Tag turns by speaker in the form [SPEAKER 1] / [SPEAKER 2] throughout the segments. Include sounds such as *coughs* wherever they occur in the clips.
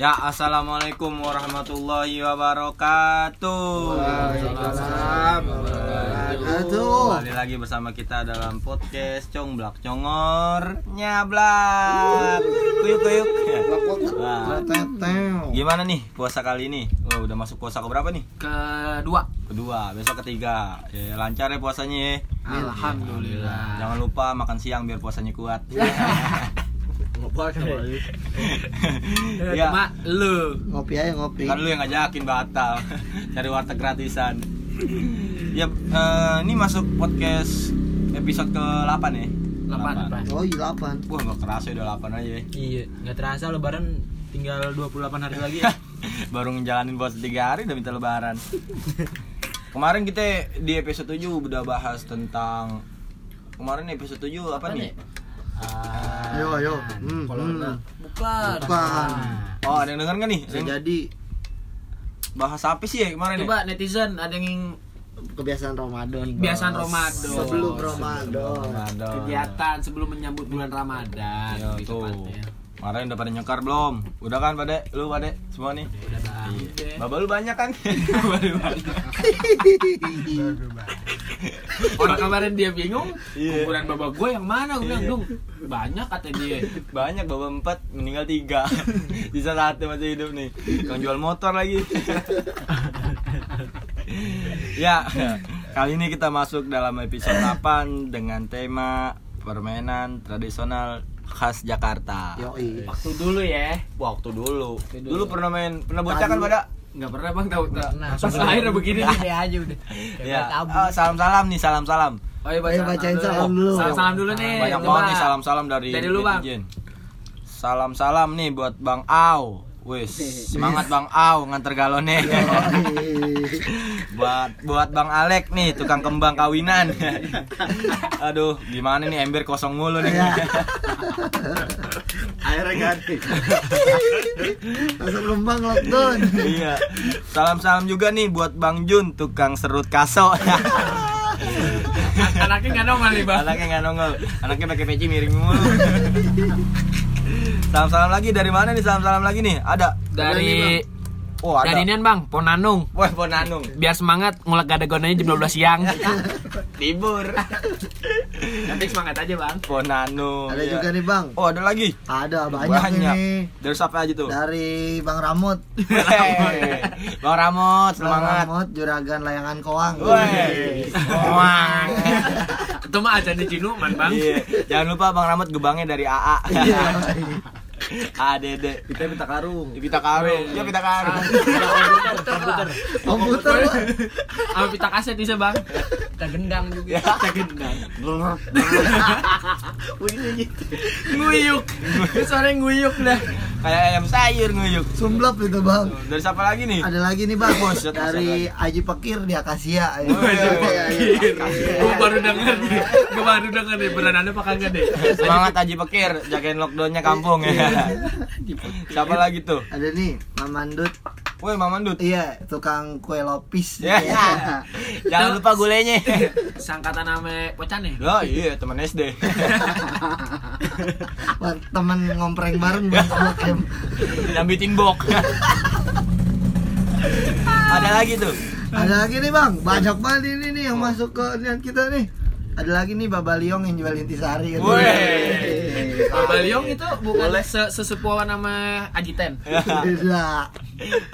[SPEAKER 1] Ya, assalamualaikum warahmatullahi wabarakatuh.
[SPEAKER 2] Waalaikumsalam wabarakatuh.
[SPEAKER 1] Kembali lagi bersama kita dalam podcast Cong Blak Congor Nyablak. Kuyuk kuyuk. Wah. Gimana nih puasa kali ini? Oh, udah masuk puasa ke berapa nih?
[SPEAKER 2] Kedua.
[SPEAKER 1] Kedua, besok ketiga. Ya, lancar ya puasanya ya.
[SPEAKER 2] Alhamdulillah.
[SPEAKER 1] Jangan lupa makan siang biar puasanya kuat.
[SPEAKER 2] Ya.
[SPEAKER 1] *laughs*
[SPEAKER 3] kan,
[SPEAKER 2] Iya.
[SPEAKER 3] Iya.
[SPEAKER 1] Ya.
[SPEAKER 2] Cuma lu.
[SPEAKER 3] ngopi aja ngopi
[SPEAKER 1] Kan lu yang ngajakin batal *laughs* cari warteg gratisan. ya, eh, ini masuk podcast episode ke-8 ya.
[SPEAKER 2] Lapan.
[SPEAKER 3] oh iya delapan
[SPEAKER 1] Wah, nggak kerasa udah 8 aja *laughs* ya.
[SPEAKER 4] Iya, nggak terasa lebaran tinggal 28 hari
[SPEAKER 3] *laughs*
[SPEAKER 4] lagi ya.
[SPEAKER 1] Baru ngejalanin puasa 3 hari udah minta lebaran. Kemarin kita di episode 7 udah bahas tentang Kemarin episode 7 apa, nih?
[SPEAKER 3] ayo ayo hmm,
[SPEAKER 4] Ah, Kalau
[SPEAKER 3] hmm.
[SPEAKER 4] enggak,
[SPEAKER 2] Bukan.
[SPEAKER 3] bukan
[SPEAKER 1] Oh, ada yang denger nggak nih? Ada
[SPEAKER 3] bisa
[SPEAKER 1] yang
[SPEAKER 3] jadi
[SPEAKER 1] Bahas apa sih ya kemarin ya?
[SPEAKER 2] Coba Kan netizen ada yang
[SPEAKER 3] kebiasaan Ramadan
[SPEAKER 2] kebiasaan Ramadan.
[SPEAKER 3] sebelum
[SPEAKER 1] Sebelum
[SPEAKER 3] Ramadan
[SPEAKER 1] Ramadan.
[SPEAKER 2] kegiatan Gitu ya. sebelum menyambut bulan Ramadan.
[SPEAKER 1] Iya
[SPEAKER 2] lebih
[SPEAKER 1] tuh.
[SPEAKER 2] tepatnya.
[SPEAKER 1] Kemarin udah pada nyekar belum? Udah kan pada lu pada semua nih?
[SPEAKER 2] Udah bang.
[SPEAKER 1] Iya. Bapak lu banyak kan? Baru banyak.
[SPEAKER 2] Orang kemarin dia bingung,
[SPEAKER 1] Iya.
[SPEAKER 2] kuburan bapak gue yang mana? Gue bilang,
[SPEAKER 4] Iya.
[SPEAKER 2] "Dung, banyak kata dia.
[SPEAKER 1] banyak bapak empat meninggal tiga sisa satu masih hidup nih yang jual motor lagi ya kali ini kita masuk dalam episode 8 dengan tema permainan tradisional khas Jakarta
[SPEAKER 3] yoi
[SPEAKER 2] Waktu dulu ya.
[SPEAKER 1] waktu dulu
[SPEAKER 2] Waktu dulu.
[SPEAKER 1] dulu pernah main pernah bocah kan pada
[SPEAKER 2] Nggak pernah bang tahu.
[SPEAKER 4] pernah.
[SPEAKER 2] Pas lahir begini nih.
[SPEAKER 4] Gede aja udah. Kayak
[SPEAKER 1] ya
[SPEAKER 4] tabu.
[SPEAKER 1] salam salam nih salam salam
[SPEAKER 2] Oh iya,
[SPEAKER 3] Ayo, bacain salam dulu.
[SPEAKER 2] Salam salam dulu nih.
[SPEAKER 1] banyak
[SPEAKER 2] coba.
[SPEAKER 1] banget nih salam salam dari
[SPEAKER 2] Nah, Dari lu, Bang.
[SPEAKER 1] salam salam nih buat bang Au
[SPEAKER 2] *laughs*
[SPEAKER 1] Wis, semangat Bang Au nganter galonnya.
[SPEAKER 2] Iya,
[SPEAKER 3] Yoi.
[SPEAKER 1] *laughs*
[SPEAKER 3] *laughs*
[SPEAKER 1] buat buat Bang Alek nih tukang kembang kawinan. *laughs* Aduh, gimana nih ember kosong mulu nih.
[SPEAKER 2] Iya.
[SPEAKER 3] akhirnya ganti langsung lembang lockdown
[SPEAKER 1] *laughs* iya. Salam-salam juga nih buat Bang Jun tukang serut kaso. *laughs*
[SPEAKER 2] kan Anaknya nggak nongol nih bang.
[SPEAKER 1] Anaknya nggak nongol. Anaknya pakai peci miring mulu. *laughs* Salam-salam lagi dari mana nih? Salam-salam lagi nih. Ada.
[SPEAKER 2] Dari
[SPEAKER 1] Oh, ada.
[SPEAKER 2] dari Nian bang, Ponanung.
[SPEAKER 1] Wah, Bonanung.
[SPEAKER 2] Biar semangat ngulek gada gonanya jam 12 siang.
[SPEAKER 1] *laughs* Libur.
[SPEAKER 2] Nanti semangat aja bang.
[SPEAKER 1] Bonanung.
[SPEAKER 3] ada
[SPEAKER 1] iya.
[SPEAKER 3] juga nih bang
[SPEAKER 1] Oh, ada lagi.
[SPEAKER 3] ada banyak, ini
[SPEAKER 1] Dari siapa aja tuh?
[SPEAKER 3] Nah. dari Bang Ramut
[SPEAKER 1] Hei, Bang Ramot, semangat.
[SPEAKER 3] Bang Ramut juragan layangan koang *laughs*
[SPEAKER 1] Woi. Wah.
[SPEAKER 2] Itu mah aja di Cinuman bang.
[SPEAKER 1] Iya. Jangan lupa Bang Ramot gebangnya dari AA.
[SPEAKER 3] Iya.
[SPEAKER 1] ADD. Kita minta karung. Kita karung. Iya, minta karung.
[SPEAKER 3] komputer Oh, Bang.
[SPEAKER 2] Sama pita kaset bisa bang.
[SPEAKER 4] Kita gendang juga.
[SPEAKER 2] Kita gendang. Nguyuk. Itu suaranya nguyuk dah.
[SPEAKER 1] Kayak ayam sayur nguyuk.
[SPEAKER 3] sumblep itu bang
[SPEAKER 1] Dari siapa lagi nih?
[SPEAKER 3] ada lagi nih bang
[SPEAKER 1] Buset,
[SPEAKER 3] dari Aji Pekir di Akasia ya.
[SPEAKER 1] Woi.
[SPEAKER 3] Iya, iya.
[SPEAKER 2] Gue baru denger nih. Gue baru denger nih. Beneran ada apa kagak deh?
[SPEAKER 1] Semangat Haji Pekir, jagain lockdownnya kampung
[SPEAKER 3] Iya.
[SPEAKER 1] ya. Siapa lagi tuh?
[SPEAKER 3] ada nih Mamandut
[SPEAKER 1] Woi, Mama Dut.
[SPEAKER 3] iya tukang kue lopis
[SPEAKER 1] Ya.
[SPEAKER 3] Iya.
[SPEAKER 1] Jangan lupa gulenya.
[SPEAKER 2] Sangkatan nama Pocan nih.
[SPEAKER 1] Lah, iya teman SD.
[SPEAKER 3] Wah, temen ngompreng bareng bang sama Kem.
[SPEAKER 1] Nyambitin bok. Ada lagi tuh.
[SPEAKER 3] ada lagi nih bang banyak banget ini nih yang masuk ke niat kita nih ada lagi nih Babaliong yang jual intisari gitu.
[SPEAKER 1] Woi.
[SPEAKER 2] Baliong itu bukan se sesepuan nama Ajiten.
[SPEAKER 3] Gila.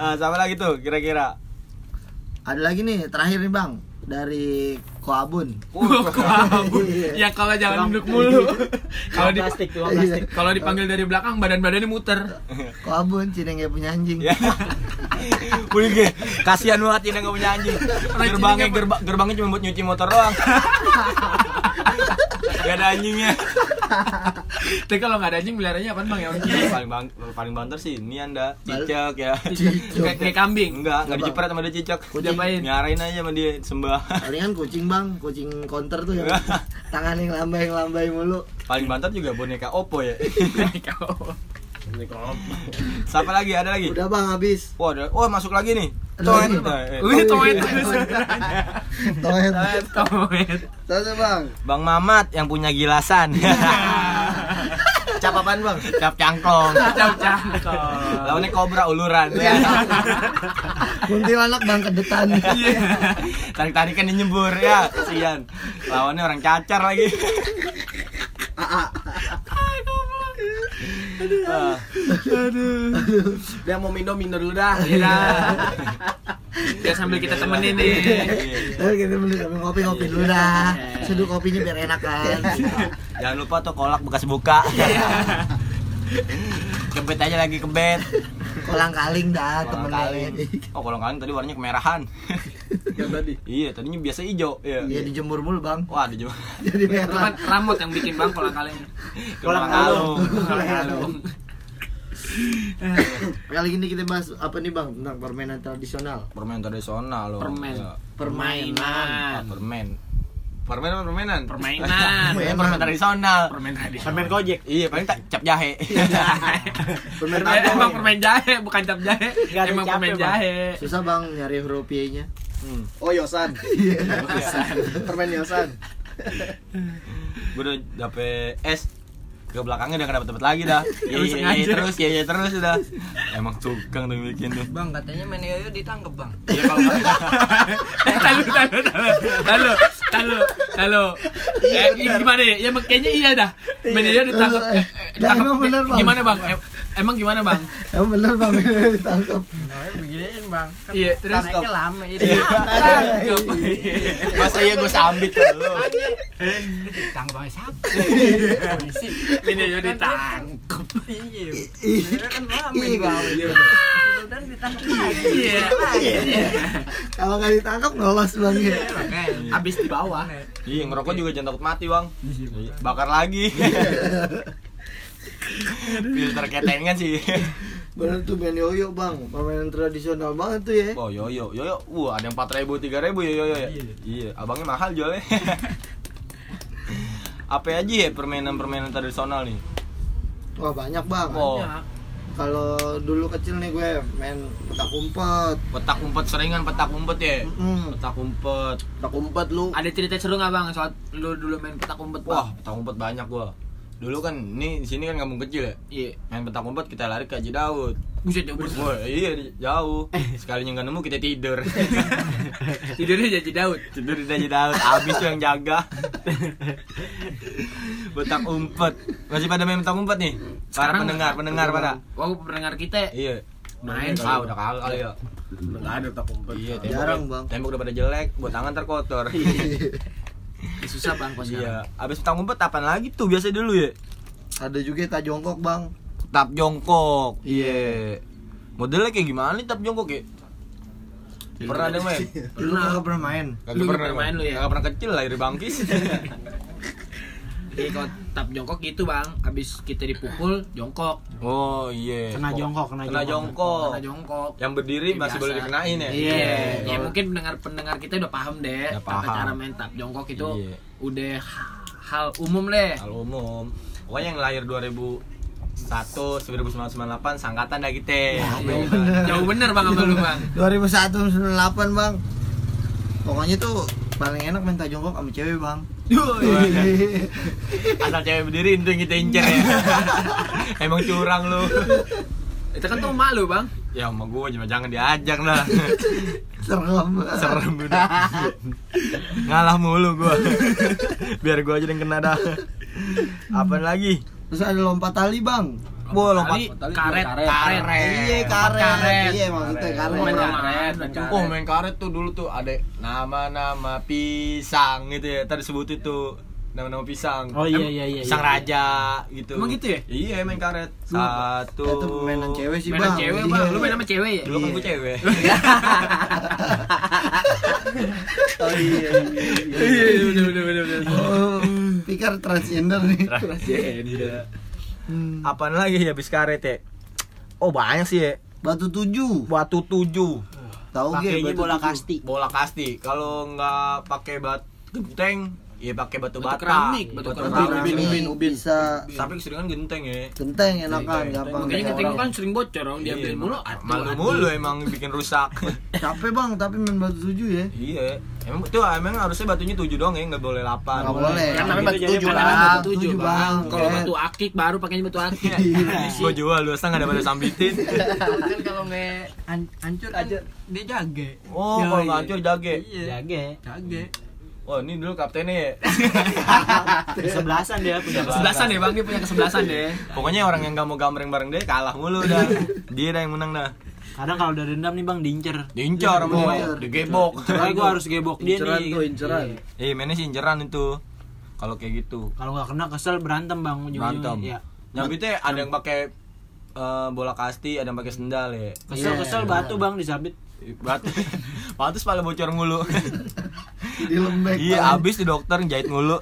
[SPEAKER 1] Ah, sama lagi tuh kira-kira.
[SPEAKER 3] ada lagi nih terakhir nih bang dari Koabun
[SPEAKER 2] Wah, kabur.
[SPEAKER 3] Iya.
[SPEAKER 2] Ya kalau jangan duduk mulu. Kalau di
[SPEAKER 4] plastik, tuang
[SPEAKER 3] Iya.
[SPEAKER 4] plastik.
[SPEAKER 2] kalau dipanggil dari belakang badan-badannya muter.
[SPEAKER 3] Koabun Cineng gak punya anjing
[SPEAKER 2] Iya.
[SPEAKER 1] Ya. Wih, kasihan banget ini nggak punya anjing. Gerbangnya gerba- gerbangnya cuma buat nyuci motor doang. Gak ada anjingnya.
[SPEAKER 2] Tapi kalau nggak ada anjing peliharanya apaan bang ya?
[SPEAKER 1] paling bang paling banter sih ini anda cicak ya.
[SPEAKER 2] Kayak kayak kambing.
[SPEAKER 1] Enggak, enggak diciprat sama dia cicak.
[SPEAKER 2] Udah main.
[SPEAKER 1] Nyarain aja sama dia sembah.
[SPEAKER 3] palingan kucing bang kucing counter tuh yang
[SPEAKER 2] Iya.
[SPEAKER 3] tangan yang lambai yang lambai mulu
[SPEAKER 1] Paling banter juga boneka Oppo ya. Siapa lagi? Ada lagi?
[SPEAKER 3] udah bang habis
[SPEAKER 1] Wah, ada. Wah, masuk lagi nih.
[SPEAKER 3] Ada
[SPEAKER 1] Coet.
[SPEAKER 3] lagi.
[SPEAKER 1] Eh, eh.
[SPEAKER 2] Wih, toet terus.
[SPEAKER 3] Toet.
[SPEAKER 2] Toet.
[SPEAKER 3] Tanya bang
[SPEAKER 2] Iya.
[SPEAKER 1] Bang Mamat yang punya gilasan.
[SPEAKER 3] Cap apaan bang?
[SPEAKER 1] *laughs* Cap cangklong.
[SPEAKER 2] Cap cangkong.
[SPEAKER 1] Lawannya kobra uluran.
[SPEAKER 2] Iya.
[SPEAKER 1] *laughs* Ya.
[SPEAKER 3] Kuntilanak bang kedetan.
[SPEAKER 1] Tarik tarikan nyebur ya, kasihan. Lawannya orang cacar lagi. Ah.
[SPEAKER 4] Dia mau mindo mindo dulu dah.
[SPEAKER 2] Iya. *laughs* Biar sambil kita temenin
[SPEAKER 1] Iya,
[SPEAKER 2] nih.
[SPEAKER 3] Ayo kita beli sambil ngopi-ngopi dulu dah. Seduh kopinya biar enak kan.
[SPEAKER 1] Jangan lupa tuh kolak bekas buka.
[SPEAKER 2] Iya.
[SPEAKER 1] kebet aja lagi kebet.
[SPEAKER 3] Kolang kaling dah
[SPEAKER 1] Kolang
[SPEAKER 3] temennya.
[SPEAKER 1] kaling. Oh kolang kaling tadi warnanya kemerahan.
[SPEAKER 4] Yang tadi.
[SPEAKER 1] iya tadinya biasa hijau. Iya. Oh,
[SPEAKER 3] Iya dijemur mulu bang.
[SPEAKER 1] Wah ada *laughs* juga.
[SPEAKER 3] Jadi
[SPEAKER 2] Itu kan
[SPEAKER 3] merah.
[SPEAKER 2] Ramot yang bikin bang kolang kaleng.
[SPEAKER 1] Kolang
[SPEAKER 3] kalung.
[SPEAKER 1] kalung.
[SPEAKER 2] Kolang kaleng.
[SPEAKER 3] Kali ini kita bahas apa nih bang tentang permainan tradisional.
[SPEAKER 1] Permen tradisional loh.
[SPEAKER 2] Permen.
[SPEAKER 1] Iya. Ah,
[SPEAKER 2] Permainan.
[SPEAKER 1] permen. Permen apa permainan? *laughs*
[SPEAKER 2] Permainan.
[SPEAKER 1] Permen, permen tradisional.
[SPEAKER 2] Permen tradisional.
[SPEAKER 4] Permen Gojek.
[SPEAKER 1] Iya, paling tak cap jahe.
[SPEAKER 2] *laughs*
[SPEAKER 3] Permen
[SPEAKER 2] Eh,
[SPEAKER 3] apa?
[SPEAKER 2] *laughs* Emang
[SPEAKER 3] Bang?
[SPEAKER 2] permen jahe, bukan cap jahe.
[SPEAKER 4] Nggak ada
[SPEAKER 2] Emang
[SPEAKER 4] capnya,
[SPEAKER 2] permen
[SPEAKER 4] Bang.
[SPEAKER 2] jahe.
[SPEAKER 3] Susah bang nyari huruf Y-nya.
[SPEAKER 1] hmm.
[SPEAKER 5] Oh Yosan,
[SPEAKER 3] Iya.
[SPEAKER 5] permen Yosan.
[SPEAKER 1] Gue udah dapet es ke belakangnya udah gak dapet dapet lagi
[SPEAKER 2] *laughs*
[SPEAKER 1] dah. Iya,
[SPEAKER 2] Lu
[SPEAKER 1] iya, iya,
[SPEAKER 2] sengaja.
[SPEAKER 1] terus, iya, iya, terus udah. Emang tukang tuh bikin tuh.
[SPEAKER 6] Bang katanya main yoyo ditangkep bang
[SPEAKER 1] Iya
[SPEAKER 2] *laughs*
[SPEAKER 1] kalau
[SPEAKER 2] Eh, Talu, talu, talu, talu, talu, talu. Eh, ini gimana ya? Ya emang kayaknya iya dah. Manajer ditangkap.
[SPEAKER 3] Eh, dah, emang bener, Bang.
[SPEAKER 2] Gimana bang? Em- Emang gimana bang?
[SPEAKER 3] Emang bener bang *laughs* ditangkap.
[SPEAKER 6] Nah, Beginiin bang
[SPEAKER 2] Iya, terus Iya.
[SPEAKER 6] Tariknya lama Iya. jadi
[SPEAKER 2] *laughs* Tangkep.
[SPEAKER 1] *laughs* masa iya gue sambit ke lu.
[SPEAKER 6] Tangkep bang siapa? Polisi Kan
[SPEAKER 2] Manajer ditangkep.
[SPEAKER 6] Iya Sebenarnya kan lama di bawah Dan ditangkep lagi
[SPEAKER 2] Iya. Iya.
[SPEAKER 3] Kalau nggak ditangkap ngelos bang ya.
[SPEAKER 2] Abis di bawah.
[SPEAKER 1] Iya, ngerokok juga jangan takut mati, Bang. Iya, Bakar
[SPEAKER 2] *laughs*
[SPEAKER 1] lagi. Filter ketengan kan
[SPEAKER 2] *laughs*
[SPEAKER 1] sih.
[SPEAKER 3] Bener tuh main yoyo bang. Permainan tradisional banget tuh ya.
[SPEAKER 1] Oh, yoyo, yoyo. Wah, ada yang 4000, 3000 yoyo ya. Iya, abangnya mahal
[SPEAKER 2] *laughs*
[SPEAKER 1] jualnya. Apa aja ya permainan-permainan tradisional nih?
[SPEAKER 3] Wah banyak bang.
[SPEAKER 1] Oh,
[SPEAKER 3] Kalau dulu kecil nih gue main petak umpet.
[SPEAKER 1] petak umpet seringan petak umpet ya.
[SPEAKER 3] Mm.
[SPEAKER 1] Petak umpet.
[SPEAKER 5] Tak umpet lu.
[SPEAKER 2] Ada cerita seru nggak bang soal lu dulu main petak umpet bang?
[SPEAKER 1] Wah, petak umpet banyak gua. Dulu kan nih di sini kan kampung kecil ya.
[SPEAKER 2] Iya.
[SPEAKER 1] Main petak umpet kita lari ke Haji Daud.
[SPEAKER 2] Buset ya buset.
[SPEAKER 1] Wah, iya
[SPEAKER 2] *laughs*
[SPEAKER 1] jauh. Sekalinya nggak nemu kita tidur.
[SPEAKER 2] Tidurnya jadi Daud.
[SPEAKER 1] tidur di Haji Daud. Abis tuh yang jaga. petak umpet. Masih pada main petak umpet nih? Para
[SPEAKER 2] Sekarang
[SPEAKER 1] pendengar, pendengar pada.
[SPEAKER 2] Wah, pendengar kita
[SPEAKER 1] Iya.
[SPEAKER 2] main sih.
[SPEAKER 1] Ah, udah kalah kali ya.
[SPEAKER 5] Enggak ada tak umpet.
[SPEAKER 1] Iya, tembok,
[SPEAKER 3] Jarang, Bang.
[SPEAKER 1] Tembok udah pada jelek, buat tangan terkotor.
[SPEAKER 2] Iya. Susah bang kok
[SPEAKER 1] iya.
[SPEAKER 2] sekarang.
[SPEAKER 1] Abis petak umpet apaan lagi tuh biasa dulu ya?
[SPEAKER 3] Ada juga tak jongkok bang.
[SPEAKER 1] tap jongkok. Iya. Modelnya kayak gimana nih tap jongkok ya? Pernah ada main?
[SPEAKER 3] Dulu kagak pernah main.
[SPEAKER 2] Lu pernah main lu ya?
[SPEAKER 1] Kagak pernah kecil lahir
[SPEAKER 2] *laughs*
[SPEAKER 1] bangkis.
[SPEAKER 2] Jadi kalau tap jongkok gitu bang, abis kita dipukul jongkok,
[SPEAKER 1] oh iya.
[SPEAKER 4] Kena jongkok, kena
[SPEAKER 1] Kena jongkok.
[SPEAKER 2] kena jongkok.
[SPEAKER 1] Yang berdiri Ya, masih
[SPEAKER 2] Biasa.
[SPEAKER 1] boleh dikenain ya?
[SPEAKER 2] Iya, ya
[SPEAKER 1] Kalau-
[SPEAKER 2] mungkin pendengar pendengar kita udah paham deh,
[SPEAKER 1] Udah
[SPEAKER 2] tata
[SPEAKER 1] paham.
[SPEAKER 2] cara main tap jongkok itu
[SPEAKER 1] Iya.
[SPEAKER 2] udah h- hal umum deh.
[SPEAKER 1] Kalau umum. Pokoknya yang lahir 2001, 1998 sangkatan dah kita. Iya.
[SPEAKER 2] Jauh bener bang sama lu bang.
[SPEAKER 3] 2001 98 bang. Pokoknya tuh paling enak main tak jongkok sama cewek bang.
[SPEAKER 1] Asal cewek berdiri itu yang kita incer ya. Emang curang lu.
[SPEAKER 2] Itu kan tuh malu bang.
[SPEAKER 1] Ya sama gua cuma jangan diajak lah.
[SPEAKER 3] Serem.
[SPEAKER 1] Serem udah. Ngalah mulu gua. Biar gua aja yang kena dah. Apaan lagi?
[SPEAKER 3] Terus ada lompat tali bang.
[SPEAKER 1] Wah,
[SPEAKER 2] Tali,
[SPEAKER 1] lompat.
[SPEAKER 2] karet,
[SPEAKER 4] karet.
[SPEAKER 2] karet.
[SPEAKER 3] Iya karet.
[SPEAKER 2] karet.
[SPEAKER 3] Iya maksudnya karet.
[SPEAKER 2] Main
[SPEAKER 3] Bang.
[SPEAKER 2] karet, main karet.
[SPEAKER 1] Oh, main karet tuh dulu tuh ada nama-nama pisang gitu ya. Tadi sebut itu nama-nama pisang.
[SPEAKER 4] Oh iya iya iya.
[SPEAKER 1] Pisang raja gitu.
[SPEAKER 2] Emang gitu ya?
[SPEAKER 1] Iya, main karet.
[SPEAKER 3] Ya, Itu
[SPEAKER 1] Satu.
[SPEAKER 3] mainan cewek sih
[SPEAKER 2] Mainan
[SPEAKER 3] bang.
[SPEAKER 2] cewek
[SPEAKER 3] Iya.
[SPEAKER 2] bang, lu main sama cewek ya?
[SPEAKER 1] Dulu kan gua
[SPEAKER 2] *laughs*
[SPEAKER 1] cewek.
[SPEAKER 3] Oh iya.
[SPEAKER 2] Iya, iya, bener bener bener. bener.
[SPEAKER 3] Oh, Pikir transgender nih. Hmm.
[SPEAKER 1] Apaan lagi ya bis karet ya? Oh, banyak sih ya.
[SPEAKER 3] Batu tujuh.
[SPEAKER 1] Batu tujuh.
[SPEAKER 3] Tahu gak?
[SPEAKER 4] Pakainya
[SPEAKER 3] batu
[SPEAKER 4] bola
[SPEAKER 3] tujuh?
[SPEAKER 4] kasti.
[SPEAKER 1] bola kasti kalau nggak pakai bat genteng Iya pakai batu bata.
[SPEAKER 2] Batu keramik, batu keramik.
[SPEAKER 5] Ubin, ubin, ubin. Iya,
[SPEAKER 3] bisa
[SPEAKER 1] Tapi keseringan genteng ya.
[SPEAKER 3] genteng enakan gampang
[SPEAKER 2] Makanya
[SPEAKER 3] Orang-
[SPEAKER 2] ketinggalan kan sering bocor orang
[SPEAKER 1] Iya,
[SPEAKER 2] diambil
[SPEAKER 1] emang-
[SPEAKER 2] mulu atuh,
[SPEAKER 1] Malu
[SPEAKER 2] atuh.
[SPEAKER 1] mulu emang bikin rusak. *laughs*
[SPEAKER 3] capek bang tapi main batu tujuh ya
[SPEAKER 1] iya. Emang tuh emang harusnya batunya 7 doang ya, enggak boleh 8.
[SPEAKER 3] nggak boleh
[SPEAKER 2] Kan namanya batu
[SPEAKER 5] Itu
[SPEAKER 2] tujuh
[SPEAKER 5] tujuh,
[SPEAKER 2] bang.
[SPEAKER 3] Bang.
[SPEAKER 2] Batu tujuh
[SPEAKER 3] Tujuh,
[SPEAKER 2] bang. kan. Iya.
[SPEAKER 3] Bang.
[SPEAKER 2] Kalau
[SPEAKER 3] Iya.
[SPEAKER 2] batu akik baru pakainya batu akik.
[SPEAKER 1] *laughs* Gua jual lu asal enggak ada pada sambitin.
[SPEAKER 2] *laughs*
[SPEAKER 6] kan kalau nggak han- hancur aja dia jage
[SPEAKER 1] Oh, kalau nggak hancur jage.
[SPEAKER 6] iya
[SPEAKER 4] Jage.
[SPEAKER 6] jage
[SPEAKER 2] Hmm.
[SPEAKER 1] Oh, ini dulu kaptennya ya. *laughs*
[SPEAKER 4] Sebelasan dia punya
[SPEAKER 2] Kesebelasan ya bang, dia punya kesebelasan ya. deh.
[SPEAKER 1] Pokoknya orang yang nggak mau gambreng bareng dia kalah mulu dah. Dia dah yang menang dah.
[SPEAKER 4] Kadang kalau udah dendam nih Bang diincer.
[SPEAKER 2] Iya,
[SPEAKER 1] Diincar sama dia,
[SPEAKER 3] Diincar.
[SPEAKER 1] digebok.
[SPEAKER 4] Pokoknya gua harus gebok dia
[SPEAKER 5] Inceran
[SPEAKER 4] nih.
[SPEAKER 5] tuh, inceran.
[SPEAKER 4] Iya.
[SPEAKER 1] Eh, mainnya sih inceran itu. Kalau kayak gitu.
[SPEAKER 4] Kalau nggak kena kesel berantem Bang ujung-ujungnya.
[SPEAKER 1] Berantem.
[SPEAKER 4] Iya.
[SPEAKER 1] Nyambitnya ada yang pakai eh, bola kasti, ada yang pakai sendal ya.
[SPEAKER 4] Kesel-kesel batu Bang disabit.
[SPEAKER 1] Batu. *laughs* Pantes pala bocor
[SPEAKER 3] *laughs*
[SPEAKER 1] mulu.
[SPEAKER 3] di lembek
[SPEAKER 1] iya,
[SPEAKER 3] Bang.
[SPEAKER 1] abis di dokter jahit mulu.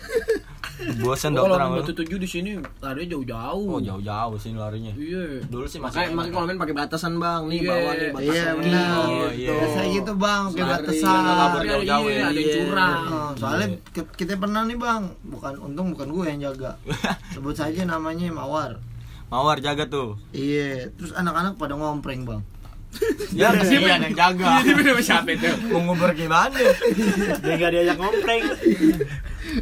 [SPEAKER 1] Bosen
[SPEAKER 3] Oh,
[SPEAKER 1] Kan dokter
[SPEAKER 2] Kalau main
[SPEAKER 1] sama lu.
[SPEAKER 2] batu Oh, tujuh di sini larinya
[SPEAKER 1] Oh,
[SPEAKER 2] jauh-jauh.
[SPEAKER 1] jauh-jauh sih larinya. *laughs*
[SPEAKER 2] Iya.
[SPEAKER 1] Dulu sih masih
[SPEAKER 5] Makanya makanya kalau main pakai batasan bang, nih
[SPEAKER 2] Iya.
[SPEAKER 5] bawa nih batasan.
[SPEAKER 3] iya
[SPEAKER 5] nih.
[SPEAKER 3] benar
[SPEAKER 1] Oh, iya.
[SPEAKER 3] biasa gitu bang kayak
[SPEAKER 5] Lari,
[SPEAKER 3] batasan
[SPEAKER 1] nggak kabur
[SPEAKER 2] Tapi ada-
[SPEAKER 1] jauh-jauh
[SPEAKER 2] iya,
[SPEAKER 1] ya.
[SPEAKER 2] Ada yang curang.
[SPEAKER 3] Oh, soalnya ke- kita pernah nih bang bukan untung bukan gue yang jaga sebut saja namanya mawar
[SPEAKER 1] Mawar jaga tuh.
[SPEAKER 3] iya terus anak-anak pada ngompreng bang
[SPEAKER 1] Ya,
[SPEAKER 3] Iya,
[SPEAKER 1] kesian yang jaga.
[SPEAKER 2] Ini bener Iya, siapa itu?
[SPEAKER 1] Mau ngubur gimana?
[SPEAKER 4] Dia nggak diajak ngompreng.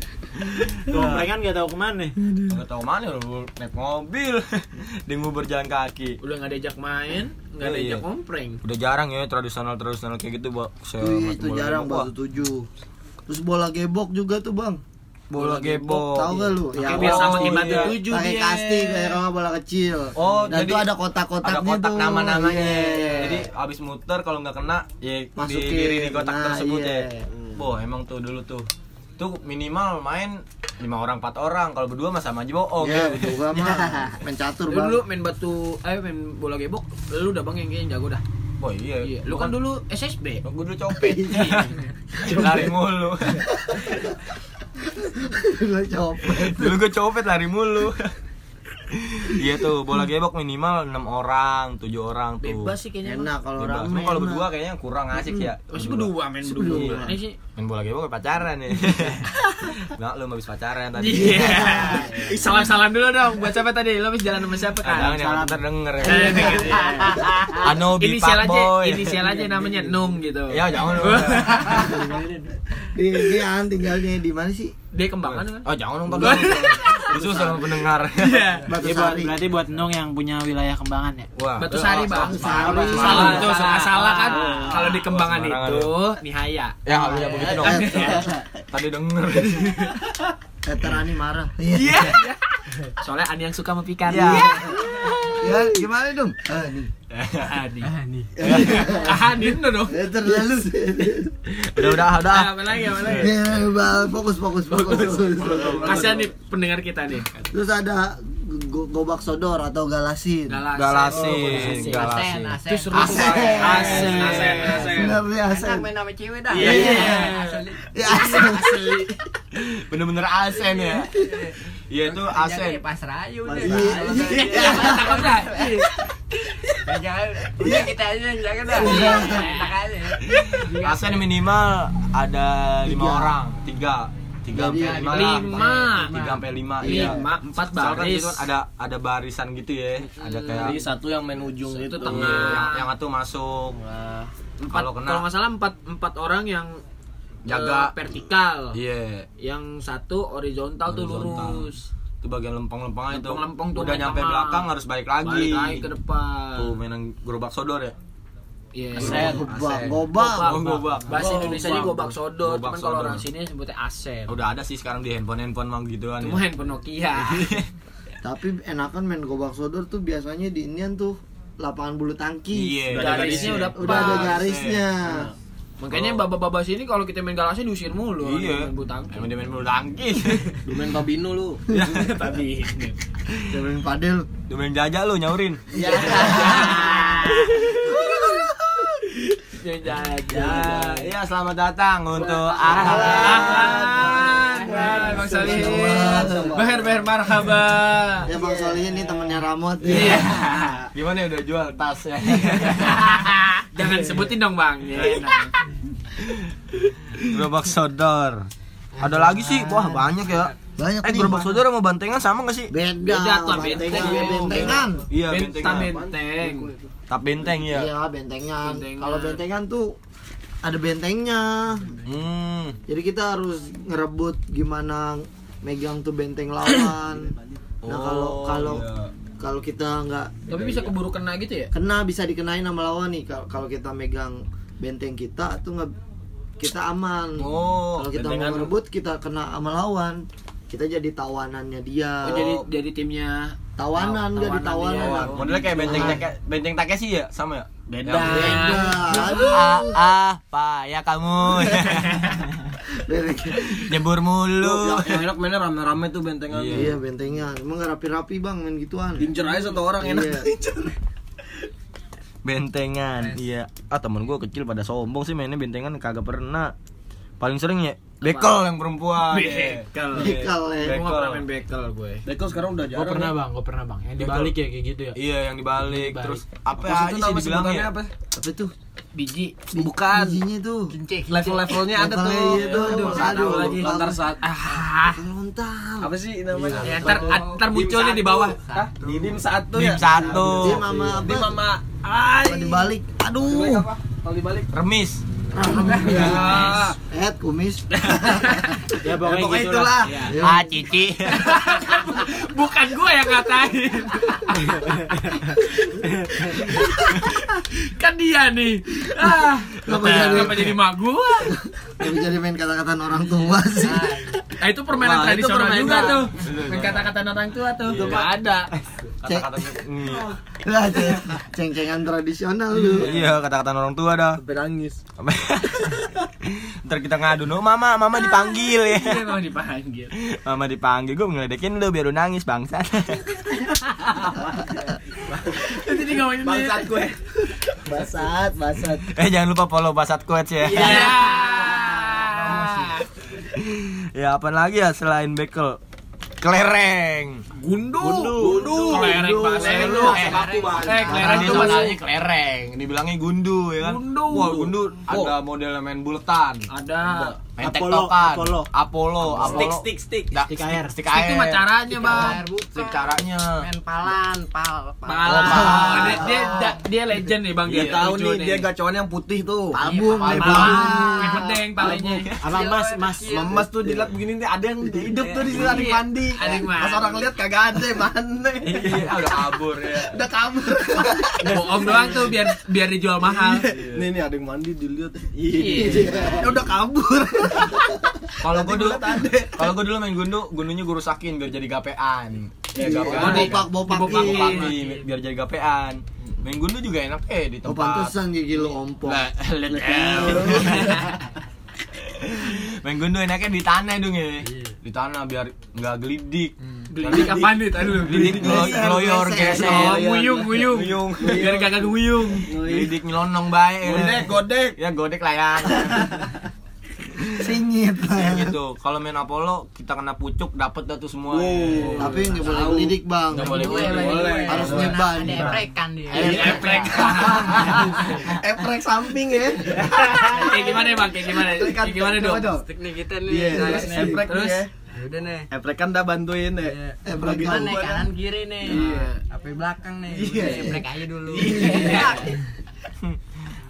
[SPEAKER 4] *laughs* Ngomprengan nggak tahu kemana.
[SPEAKER 1] Enggak tahu mana lu naik mobil. *laughs* Dia ngubur jalan kaki.
[SPEAKER 2] Udah nggak diajak main, nggak
[SPEAKER 1] Oh, iya.
[SPEAKER 2] diajak kompreng.
[SPEAKER 1] Udah jarang ya tradisional tradisional kayak gitu, Bang. Se-
[SPEAKER 3] Tuh, iya, itu
[SPEAKER 1] bola
[SPEAKER 3] jarang
[SPEAKER 1] gebok.
[SPEAKER 3] batu tujuh terus bola gebok juga tuh bang
[SPEAKER 1] Bola gebok.
[SPEAKER 3] tahu gak lu Ya
[SPEAKER 2] Kayak
[SPEAKER 1] Oh,
[SPEAKER 2] biasa
[SPEAKER 1] iya.
[SPEAKER 2] pakai batu tujuh
[SPEAKER 3] pakai
[SPEAKER 2] dia.
[SPEAKER 3] kasti kayak kalau bola kecil
[SPEAKER 1] Oh,
[SPEAKER 3] dan
[SPEAKER 1] jadi
[SPEAKER 3] itu ada
[SPEAKER 1] Ada
[SPEAKER 3] kotak-kotaknya
[SPEAKER 1] kotak
[SPEAKER 3] tuh.
[SPEAKER 1] nama-namanya.
[SPEAKER 3] Iya.
[SPEAKER 1] Jadi abis muter kalau nggak kena ya
[SPEAKER 3] Masukin.
[SPEAKER 1] di diri di kotak
[SPEAKER 3] Nah,
[SPEAKER 1] tersebut
[SPEAKER 3] iya.
[SPEAKER 1] ya. Boh, emang tuh dulu tuh. Tuh minimal main lima orang empat orang kalau berdua mah sama aja bohong
[SPEAKER 3] Iya,
[SPEAKER 1] ya.
[SPEAKER 3] betul gua mah main catur
[SPEAKER 2] Lu
[SPEAKER 3] bang
[SPEAKER 2] dulu main batu, eh main bola gebok, lu udah bang yang kayaknya jago dah.
[SPEAKER 1] *laughs* Boh, iya.
[SPEAKER 2] Iya, lu kan dulu SSB.
[SPEAKER 1] gue dulu
[SPEAKER 3] *laughs*
[SPEAKER 1] copet
[SPEAKER 3] Iya.
[SPEAKER 1] *laughs* lari mulu
[SPEAKER 3] Lu copet
[SPEAKER 1] dulu gue copet lari mulu *laughs* iya tuh bola gebok minimal 6 orang 7 orang tuh
[SPEAKER 2] Bebas sih kayaknya.
[SPEAKER 3] enak kalau
[SPEAKER 1] Bebas.
[SPEAKER 3] rame
[SPEAKER 1] Iya, Cuma kalau
[SPEAKER 3] enak.
[SPEAKER 1] berdua kayaknya kurang asik ya
[SPEAKER 2] Masih berdua main
[SPEAKER 1] Iya.
[SPEAKER 2] berdua. Ini sih.
[SPEAKER 1] main bola gebok kayak pacaran
[SPEAKER 2] *laughs*
[SPEAKER 1] ya nggak lu habis pacaran tadi Nah,
[SPEAKER 2] Iya. *laughs* Salam-salam dulu dong buat siapa tadi? Lu habis jalan sama siapa
[SPEAKER 1] Ah, jangan
[SPEAKER 2] kan?
[SPEAKER 1] yang ntar denger ya
[SPEAKER 2] Eh, denger, iya.
[SPEAKER 1] Anobi
[SPEAKER 2] Inisial
[SPEAKER 1] Pak
[SPEAKER 2] aja,
[SPEAKER 1] Boy *laughs*
[SPEAKER 2] inisial aja namanya Nung gitu.
[SPEAKER 1] ya jangan lu
[SPEAKER 3] di di An tinggalnya di mana sih
[SPEAKER 2] *laughs* Dia kembang kan?
[SPEAKER 1] oh jangan dong Pak
[SPEAKER 2] *laughs*
[SPEAKER 1] Khusus sama pendengar
[SPEAKER 2] Iya.
[SPEAKER 3] Batu
[SPEAKER 4] Ini buat-
[SPEAKER 3] Sari
[SPEAKER 4] berarti buat Nung yang punya wilayah kembangan ya.
[SPEAKER 1] Wah,
[SPEAKER 2] Batu sari
[SPEAKER 1] lu-
[SPEAKER 2] bang,
[SPEAKER 3] Sari.
[SPEAKER 2] batu salah itu
[SPEAKER 4] Salah.
[SPEAKER 2] salah salah kan.
[SPEAKER 4] Salah.
[SPEAKER 2] Kalau di kembangan
[SPEAKER 1] Ah, Sembarangan
[SPEAKER 2] itu nihaya.
[SPEAKER 1] Ya, lu
[SPEAKER 3] Eh,
[SPEAKER 1] jangan begitu dong.
[SPEAKER 2] Iya.
[SPEAKER 1] Tadi denger. *laughs*
[SPEAKER 3] Veterani marah
[SPEAKER 2] Iya. *laughs* Soalnya Ani yang suka mempikan.
[SPEAKER 1] Iya.
[SPEAKER 3] ya gimana dong ah
[SPEAKER 1] *laughs*
[SPEAKER 3] nih
[SPEAKER 2] Ani. Ani. Ani itu dong.
[SPEAKER 3] Ya,
[SPEAKER 1] *laughs*
[SPEAKER 3] terlalu
[SPEAKER 1] Udah, udah, udah.
[SPEAKER 2] Nah, Apa lagi? Apa lagi?
[SPEAKER 3] Ya, Bang, fokus fokus fokus
[SPEAKER 2] Kasihan nih pendengar kita nih.
[SPEAKER 3] terus ada go- gobak sodor atau galasin
[SPEAKER 2] Galas.
[SPEAKER 6] asen
[SPEAKER 1] Galasin,
[SPEAKER 6] asen
[SPEAKER 1] galasin.
[SPEAKER 2] Oh, Itu seru tuh, Bang.
[SPEAKER 3] Asen.
[SPEAKER 2] Asen. Asen. Asen.
[SPEAKER 3] Bener nih,
[SPEAKER 6] enak
[SPEAKER 3] asen
[SPEAKER 6] main sama cewek dah
[SPEAKER 2] Iya, iya.
[SPEAKER 6] Asli.
[SPEAKER 3] ya asen
[SPEAKER 1] Bener-bener asen ya. Iya itu asen.
[SPEAKER 6] Jangan pas rayu deh.
[SPEAKER 3] Iya.
[SPEAKER 6] Iya.
[SPEAKER 2] Cakep dah.
[SPEAKER 6] Jangan, udah kita
[SPEAKER 1] Iya.
[SPEAKER 6] aja yang jaga dah. Enak aja.
[SPEAKER 1] Asen minimal ada lima
[SPEAKER 3] Tiga.
[SPEAKER 1] orang, tiga, tiga sampai lima. lah.
[SPEAKER 2] Lima.
[SPEAKER 1] Tiga sampai lima. iya.
[SPEAKER 2] Lima, empat
[SPEAKER 1] Soalnya kan
[SPEAKER 2] baris. Hmm.
[SPEAKER 1] gitu kan ada ada barisan gitu ya. Ada kayak
[SPEAKER 5] Jadi satu yang main ujung itu
[SPEAKER 1] Iya,
[SPEAKER 2] tengah.
[SPEAKER 1] yang, yang atuh masuk
[SPEAKER 2] Nah. Empat.
[SPEAKER 1] Kalau kena-
[SPEAKER 2] Kalau nggak salah empat empat orang yang
[SPEAKER 1] Jaga.
[SPEAKER 2] eh, vertikal.
[SPEAKER 1] iya
[SPEAKER 2] Yang satu horizontal tuh
[SPEAKER 1] Horizontal.
[SPEAKER 2] lurus.
[SPEAKER 1] itu bagian lempeng-lempeng itu
[SPEAKER 2] Lempeng-lempeng tuh
[SPEAKER 1] udah
[SPEAKER 2] main
[SPEAKER 1] nyampe
[SPEAKER 2] tengah.
[SPEAKER 1] belakang harus balik
[SPEAKER 2] Balik
[SPEAKER 1] lagi
[SPEAKER 2] lagi ke depan.
[SPEAKER 1] tuh mainan gerobak sodor ya
[SPEAKER 2] Iya.
[SPEAKER 3] gobak
[SPEAKER 1] Asen.
[SPEAKER 3] gobak
[SPEAKER 1] Oh, gobak.
[SPEAKER 2] Bahasa Indonesia nya gobak sodor,
[SPEAKER 1] Gobak
[SPEAKER 2] cuman kalau
[SPEAKER 1] sodor.
[SPEAKER 2] orang sini sebutnya asen.
[SPEAKER 1] udah ada sih sekarang di handphone handphone mang gituan
[SPEAKER 2] Iya.
[SPEAKER 1] ya.
[SPEAKER 2] Cuma handphone Nokia.
[SPEAKER 1] *laughs*
[SPEAKER 3] tapi enakan main gobak sodor tuh biasanya di Indian tuh lapangan bulu tangkis
[SPEAKER 1] Iya.
[SPEAKER 2] Garisnya udah pas.
[SPEAKER 3] udah ada garisnya
[SPEAKER 2] Makanya baba-baba sini kalau kita main galasnya diusir mulu.
[SPEAKER 1] iya
[SPEAKER 2] orang Main bulu *laughs* tangkis.
[SPEAKER 1] emang dia main bulu tangkis *laughs*
[SPEAKER 5] Lu main Babino lu.
[SPEAKER 2] Tapi
[SPEAKER 3] Jamin padel
[SPEAKER 1] dia main jajak lu nyaurin
[SPEAKER 2] Ya. jajan.
[SPEAKER 1] ya, iya selamat datang untuk
[SPEAKER 2] Ahlan.
[SPEAKER 1] Ahlan
[SPEAKER 2] Hai, Bang Solihin.
[SPEAKER 3] Assalamualaikum.
[SPEAKER 2] Bahar bahar marhaba.
[SPEAKER 3] ya bang
[SPEAKER 6] Iya.
[SPEAKER 3] Solihin nih temennya Ramot
[SPEAKER 2] Iya.
[SPEAKER 1] gimana ya udah jual *laughs* tasnya
[SPEAKER 2] Iya, Jangan sebutin dong, Bang. Ya, enak.
[SPEAKER 1] gerobak sodor Ada lagi sih, wah banyak ya.
[SPEAKER 3] Banyak
[SPEAKER 1] Eh gerobak saudara sama bantengan sama gak sih?
[SPEAKER 3] Beda,
[SPEAKER 2] Beda tuh,
[SPEAKER 3] bentengan,
[SPEAKER 2] benteng.
[SPEAKER 3] bentengan.
[SPEAKER 1] Iya
[SPEAKER 2] Bentang
[SPEAKER 1] bentengan.
[SPEAKER 2] benteng.
[SPEAKER 1] Tap benteng ya.
[SPEAKER 3] Iya, bentengan.
[SPEAKER 2] Bentengan.
[SPEAKER 3] Kalau bentengan tuh ada bentengnya.
[SPEAKER 1] Hmm.
[SPEAKER 3] Jadi kita harus ngerebut gimana megang tuh benteng lawan. Nah,
[SPEAKER 1] Oh,
[SPEAKER 3] kalau kalau
[SPEAKER 1] iya.
[SPEAKER 3] kalau kita nggak
[SPEAKER 2] Tapi bisa keburu kena gitu ya?
[SPEAKER 3] kena bisa dikenain sama lawan nih Kalau- kalau kita megang benteng kita tuh nggak kita aman.
[SPEAKER 1] Oh,
[SPEAKER 3] kalau kita mau
[SPEAKER 1] bentengan.
[SPEAKER 3] ngerebut kita kena sama lawan. Kita jadi tawanannya dia.
[SPEAKER 2] Oh, jadi jadi timnya
[SPEAKER 3] tawanan, jadi tawanan.
[SPEAKER 1] Oh,
[SPEAKER 3] *laughs*
[SPEAKER 1] modelnya kayak benteng
[SPEAKER 3] Nah.
[SPEAKER 1] Take- benteng Takeshi ya sama ya?
[SPEAKER 2] Beda.
[SPEAKER 1] Ya,
[SPEAKER 3] Beda. Aduh.
[SPEAKER 1] Ah, ah, pak ya kamu *laughs* nyebur mulu.
[SPEAKER 5] Yang enak mainnya rame-rame tuh bentengan.
[SPEAKER 3] Iya bentengan, emang gak rapi-rapi bang main gituan.
[SPEAKER 5] Diincer aja satu orang enak.
[SPEAKER 3] Iya.
[SPEAKER 1] Bentengan, iya. Ah temen gue kecil pada sombong sih mainnya bentengan kagak pernah. Paling sering ya bekel yang perempuan. iya.
[SPEAKER 2] bekel.
[SPEAKER 3] Bekel ya.
[SPEAKER 2] Gue nggak pernah
[SPEAKER 1] Bekel.
[SPEAKER 2] main bekel gue.
[SPEAKER 5] Beko sekarang udah
[SPEAKER 4] Gue
[SPEAKER 5] jarang.
[SPEAKER 4] pernah bang, gue pernah bang. Yang dibalik ya kayak gitu ya.
[SPEAKER 1] Iya yang dibalik,
[SPEAKER 4] Dibalik.
[SPEAKER 1] terus apa
[SPEAKER 5] Terus
[SPEAKER 1] aja
[SPEAKER 5] itu
[SPEAKER 1] sih
[SPEAKER 5] apa
[SPEAKER 1] dibilangnya?
[SPEAKER 5] sebutannya apa?
[SPEAKER 3] Apa tuh?
[SPEAKER 2] Biji.
[SPEAKER 5] Bukan.
[SPEAKER 3] Bijinya tuh.
[SPEAKER 5] Level-levelnya ada tuh.
[SPEAKER 3] Levelnya iya tuh,
[SPEAKER 5] Aduh,
[SPEAKER 3] aduh,
[SPEAKER 5] aduh,
[SPEAKER 3] aduh.
[SPEAKER 5] lagi. Lantar saat.
[SPEAKER 2] Ah.
[SPEAKER 3] Lontar.
[SPEAKER 5] Apa sih namanya?
[SPEAKER 2] Ya, ntar, ntar munculnya di bawah.
[SPEAKER 5] Hah? Di dim satu
[SPEAKER 1] Dim
[SPEAKER 5] ya?
[SPEAKER 1] satu,
[SPEAKER 3] Dia mama apa?
[SPEAKER 5] Di mama.
[SPEAKER 3] Apa dibalik. Aduh.
[SPEAKER 5] Apa? Kalau dibalik.
[SPEAKER 1] remis.
[SPEAKER 5] Ya.
[SPEAKER 3] Eh kumis.
[SPEAKER 4] Ya pokoknya,
[SPEAKER 5] pokoknya
[SPEAKER 4] gitu
[SPEAKER 5] itulah.
[SPEAKER 4] Iya.
[SPEAKER 1] Ah cici.
[SPEAKER 2] Bukan gue yang ngatain. kan dia nih. Ah,
[SPEAKER 3] Kenapa
[SPEAKER 2] kenapa,
[SPEAKER 3] jadi-
[SPEAKER 2] jadi mak gue?
[SPEAKER 3] Tapi jadi main kata-kataan orang tua sih.
[SPEAKER 2] Nah, itu permainan
[SPEAKER 5] Wah, itu
[SPEAKER 2] tradisional
[SPEAKER 5] permainan.
[SPEAKER 2] juga tuh. Main kata-kata orang tua tuh. Gak ada.
[SPEAKER 1] *laughs* Kata-kata Iya.
[SPEAKER 3] Lah ceng- ceng-cengan tradisional lu.
[SPEAKER 1] Iya kata-kata orang tua dah.
[SPEAKER 5] Sampai nangis.
[SPEAKER 1] *laughs* Ntar kita ngadu no mama, mama dipanggil ya. *laughs*
[SPEAKER 2] Dia mau Iya, dipanggil.
[SPEAKER 1] Mama dipanggil gue ngeledekin lu biar lu nangis bangsa.
[SPEAKER 2] Jadi ngomongin dia.
[SPEAKER 5] Bangsat gue.
[SPEAKER 3] Basat, basat.
[SPEAKER 1] *laughs* eh jangan lupa follow Basat Coach ya.
[SPEAKER 2] Iya.
[SPEAKER 1] ya apa lagi ya selain bekel? Kelereng.
[SPEAKER 2] Gundu. Gundu. Kelereng bahasa lu. Eh, Eh, kelereng
[SPEAKER 1] Karena
[SPEAKER 2] itu
[SPEAKER 1] dia
[SPEAKER 2] bahasa
[SPEAKER 1] namanya kelereng, Nah, dibilangnya gundu ya kan.
[SPEAKER 2] Gundu.
[SPEAKER 1] Wah, gundu ada modelnya main buletan.
[SPEAKER 2] ada.
[SPEAKER 1] Main
[SPEAKER 4] Apollo,
[SPEAKER 1] tektokan.
[SPEAKER 4] Apollo.
[SPEAKER 1] Apollo, Apollo.
[SPEAKER 5] Stick, stick, stick.
[SPEAKER 1] Da-
[SPEAKER 4] Stick air.
[SPEAKER 1] Stick air.
[SPEAKER 2] Itu
[SPEAKER 5] Eh,
[SPEAKER 2] mah caranya, Bang.
[SPEAKER 1] Stick caranya.
[SPEAKER 6] main palan pal pal
[SPEAKER 2] Pala.
[SPEAKER 1] Pala.
[SPEAKER 2] Dia, dia, dia- dia legend nih, Bang.
[SPEAKER 5] Dia Oh, Iya, tahu
[SPEAKER 2] tujuh
[SPEAKER 5] nih dia gacoan yang putih tuh.
[SPEAKER 1] Iya,
[SPEAKER 3] Album,
[SPEAKER 2] Pala. Yang pedeng palanya.
[SPEAKER 4] Apa mas, mas,
[SPEAKER 5] Memes tuh dilihat begini nih, ada yang
[SPEAKER 1] Iya.
[SPEAKER 5] hidup tuh di sini
[SPEAKER 2] Iya.
[SPEAKER 5] ada yang mandi.
[SPEAKER 2] Ada yang mandi.
[SPEAKER 5] Pas orang lihat kagak ada, mana?
[SPEAKER 1] Iya, udah kabur ya.
[SPEAKER 5] Udah kabur.
[SPEAKER 3] *laughs*
[SPEAKER 2] Bohong doang tuh biar biar dijual mahal.
[SPEAKER 5] Iya. Nih nih ada yang mandi dilihat.
[SPEAKER 2] Iya.
[SPEAKER 5] Ya udah kabur.
[SPEAKER 1] Kalau gua dulu
[SPEAKER 5] ada.
[SPEAKER 1] kalau gua dulu main gundu, gundunya gua rusakin biar jadi gapean. Ya,
[SPEAKER 3] Bopak,
[SPEAKER 1] gapean.
[SPEAKER 3] bopak, Iya. bopak.
[SPEAKER 1] Bopakin, biar jadi gapean. Main gundu juga enak eh di
[SPEAKER 3] Oh
[SPEAKER 1] tempat.
[SPEAKER 3] pantesan gigi lu
[SPEAKER 1] *laughs*
[SPEAKER 3] ompong.
[SPEAKER 1] Lah, let out. *laughs* Main gundu enaknya di tanah dong ya. Di tanah biar nggak gelidik.
[SPEAKER 2] Gelidik apa nih tadi lu?
[SPEAKER 1] Gelidik ngelo-
[SPEAKER 3] Geser,
[SPEAKER 1] ngeloyor
[SPEAKER 3] geser.
[SPEAKER 2] Oh,
[SPEAKER 5] Iya,
[SPEAKER 1] geser.
[SPEAKER 2] nguyung, nguyung.
[SPEAKER 1] Nguyung.
[SPEAKER 2] Biar kagak nguyung.
[SPEAKER 1] Gelidik nyelonong bae. ya.
[SPEAKER 5] Godek, godek.
[SPEAKER 1] Ya godek lah ya. *laughs*
[SPEAKER 3] Singit.
[SPEAKER 1] Ya gitu. Kalau main Apollo kita kena pucuk dapat dah tuh semua.
[SPEAKER 5] Wow.
[SPEAKER 3] Tapi nggak boleh lidik bang.
[SPEAKER 1] Nggak boleh
[SPEAKER 6] Boleh,
[SPEAKER 1] gelidik.
[SPEAKER 5] boleh.
[SPEAKER 3] Harus nyeban.
[SPEAKER 6] ada
[SPEAKER 2] gitu.
[SPEAKER 6] eprekan dia
[SPEAKER 1] Iya.
[SPEAKER 2] Jadi
[SPEAKER 1] *laughs*
[SPEAKER 2] eprek.
[SPEAKER 5] Eprek samping ya.
[SPEAKER 2] Kayak gimana, Bang? Kayak gimana? Kayak gimana,
[SPEAKER 5] Coba
[SPEAKER 2] dong?
[SPEAKER 6] teknik kita
[SPEAKER 5] Iya,
[SPEAKER 6] nih
[SPEAKER 5] terus eprek
[SPEAKER 2] Terus?
[SPEAKER 5] nih ya.
[SPEAKER 6] udah nih
[SPEAKER 5] Eprek kan udah bantuin deh.
[SPEAKER 3] Eprek
[SPEAKER 6] Gimana nih
[SPEAKER 3] gua dah.
[SPEAKER 6] kanan kiri nih
[SPEAKER 5] Iya.
[SPEAKER 6] apa belakang nih
[SPEAKER 5] Iya.
[SPEAKER 6] Udah, eprek aja dulu
[SPEAKER 2] Iya.
[SPEAKER 4] tapi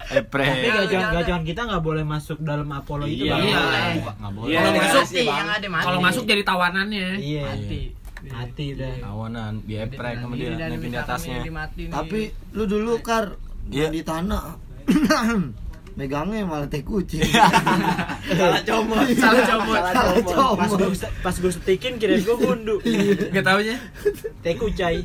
[SPEAKER 1] Epre.
[SPEAKER 4] gajian gajian kita nggak boleh masuk dalam Apollo itu
[SPEAKER 2] Iya.
[SPEAKER 4] bang.
[SPEAKER 1] Enggak boleh.
[SPEAKER 2] Iya.
[SPEAKER 6] kalau
[SPEAKER 2] Iya.
[SPEAKER 6] masuk
[SPEAKER 2] Iya.
[SPEAKER 6] sih yang ada mati
[SPEAKER 2] Kalau masuk jadi tawanannya.
[SPEAKER 4] Iya.
[SPEAKER 6] mati
[SPEAKER 4] Mati udah.
[SPEAKER 1] Tawanan di eprek sama
[SPEAKER 6] Ini
[SPEAKER 1] dia
[SPEAKER 6] dan
[SPEAKER 1] naik di
[SPEAKER 6] misalkan
[SPEAKER 1] atasnya.
[SPEAKER 6] ini dimati nih.
[SPEAKER 3] Tapi lu dulu kar
[SPEAKER 1] Iya.
[SPEAKER 3] di tanah. *coughs* Megangnya malah teh kucing.
[SPEAKER 5] Salah comot.
[SPEAKER 2] Salah comot.
[SPEAKER 3] Salah
[SPEAKER 4] Pas gue
[SPEAKER 3] comot.
[SPEAKER 4] pas gue setikin kirain gue gundu.
[SPEAKER 2] Gak *laughs* taunya.
[SPEAKER 4] Teku cai.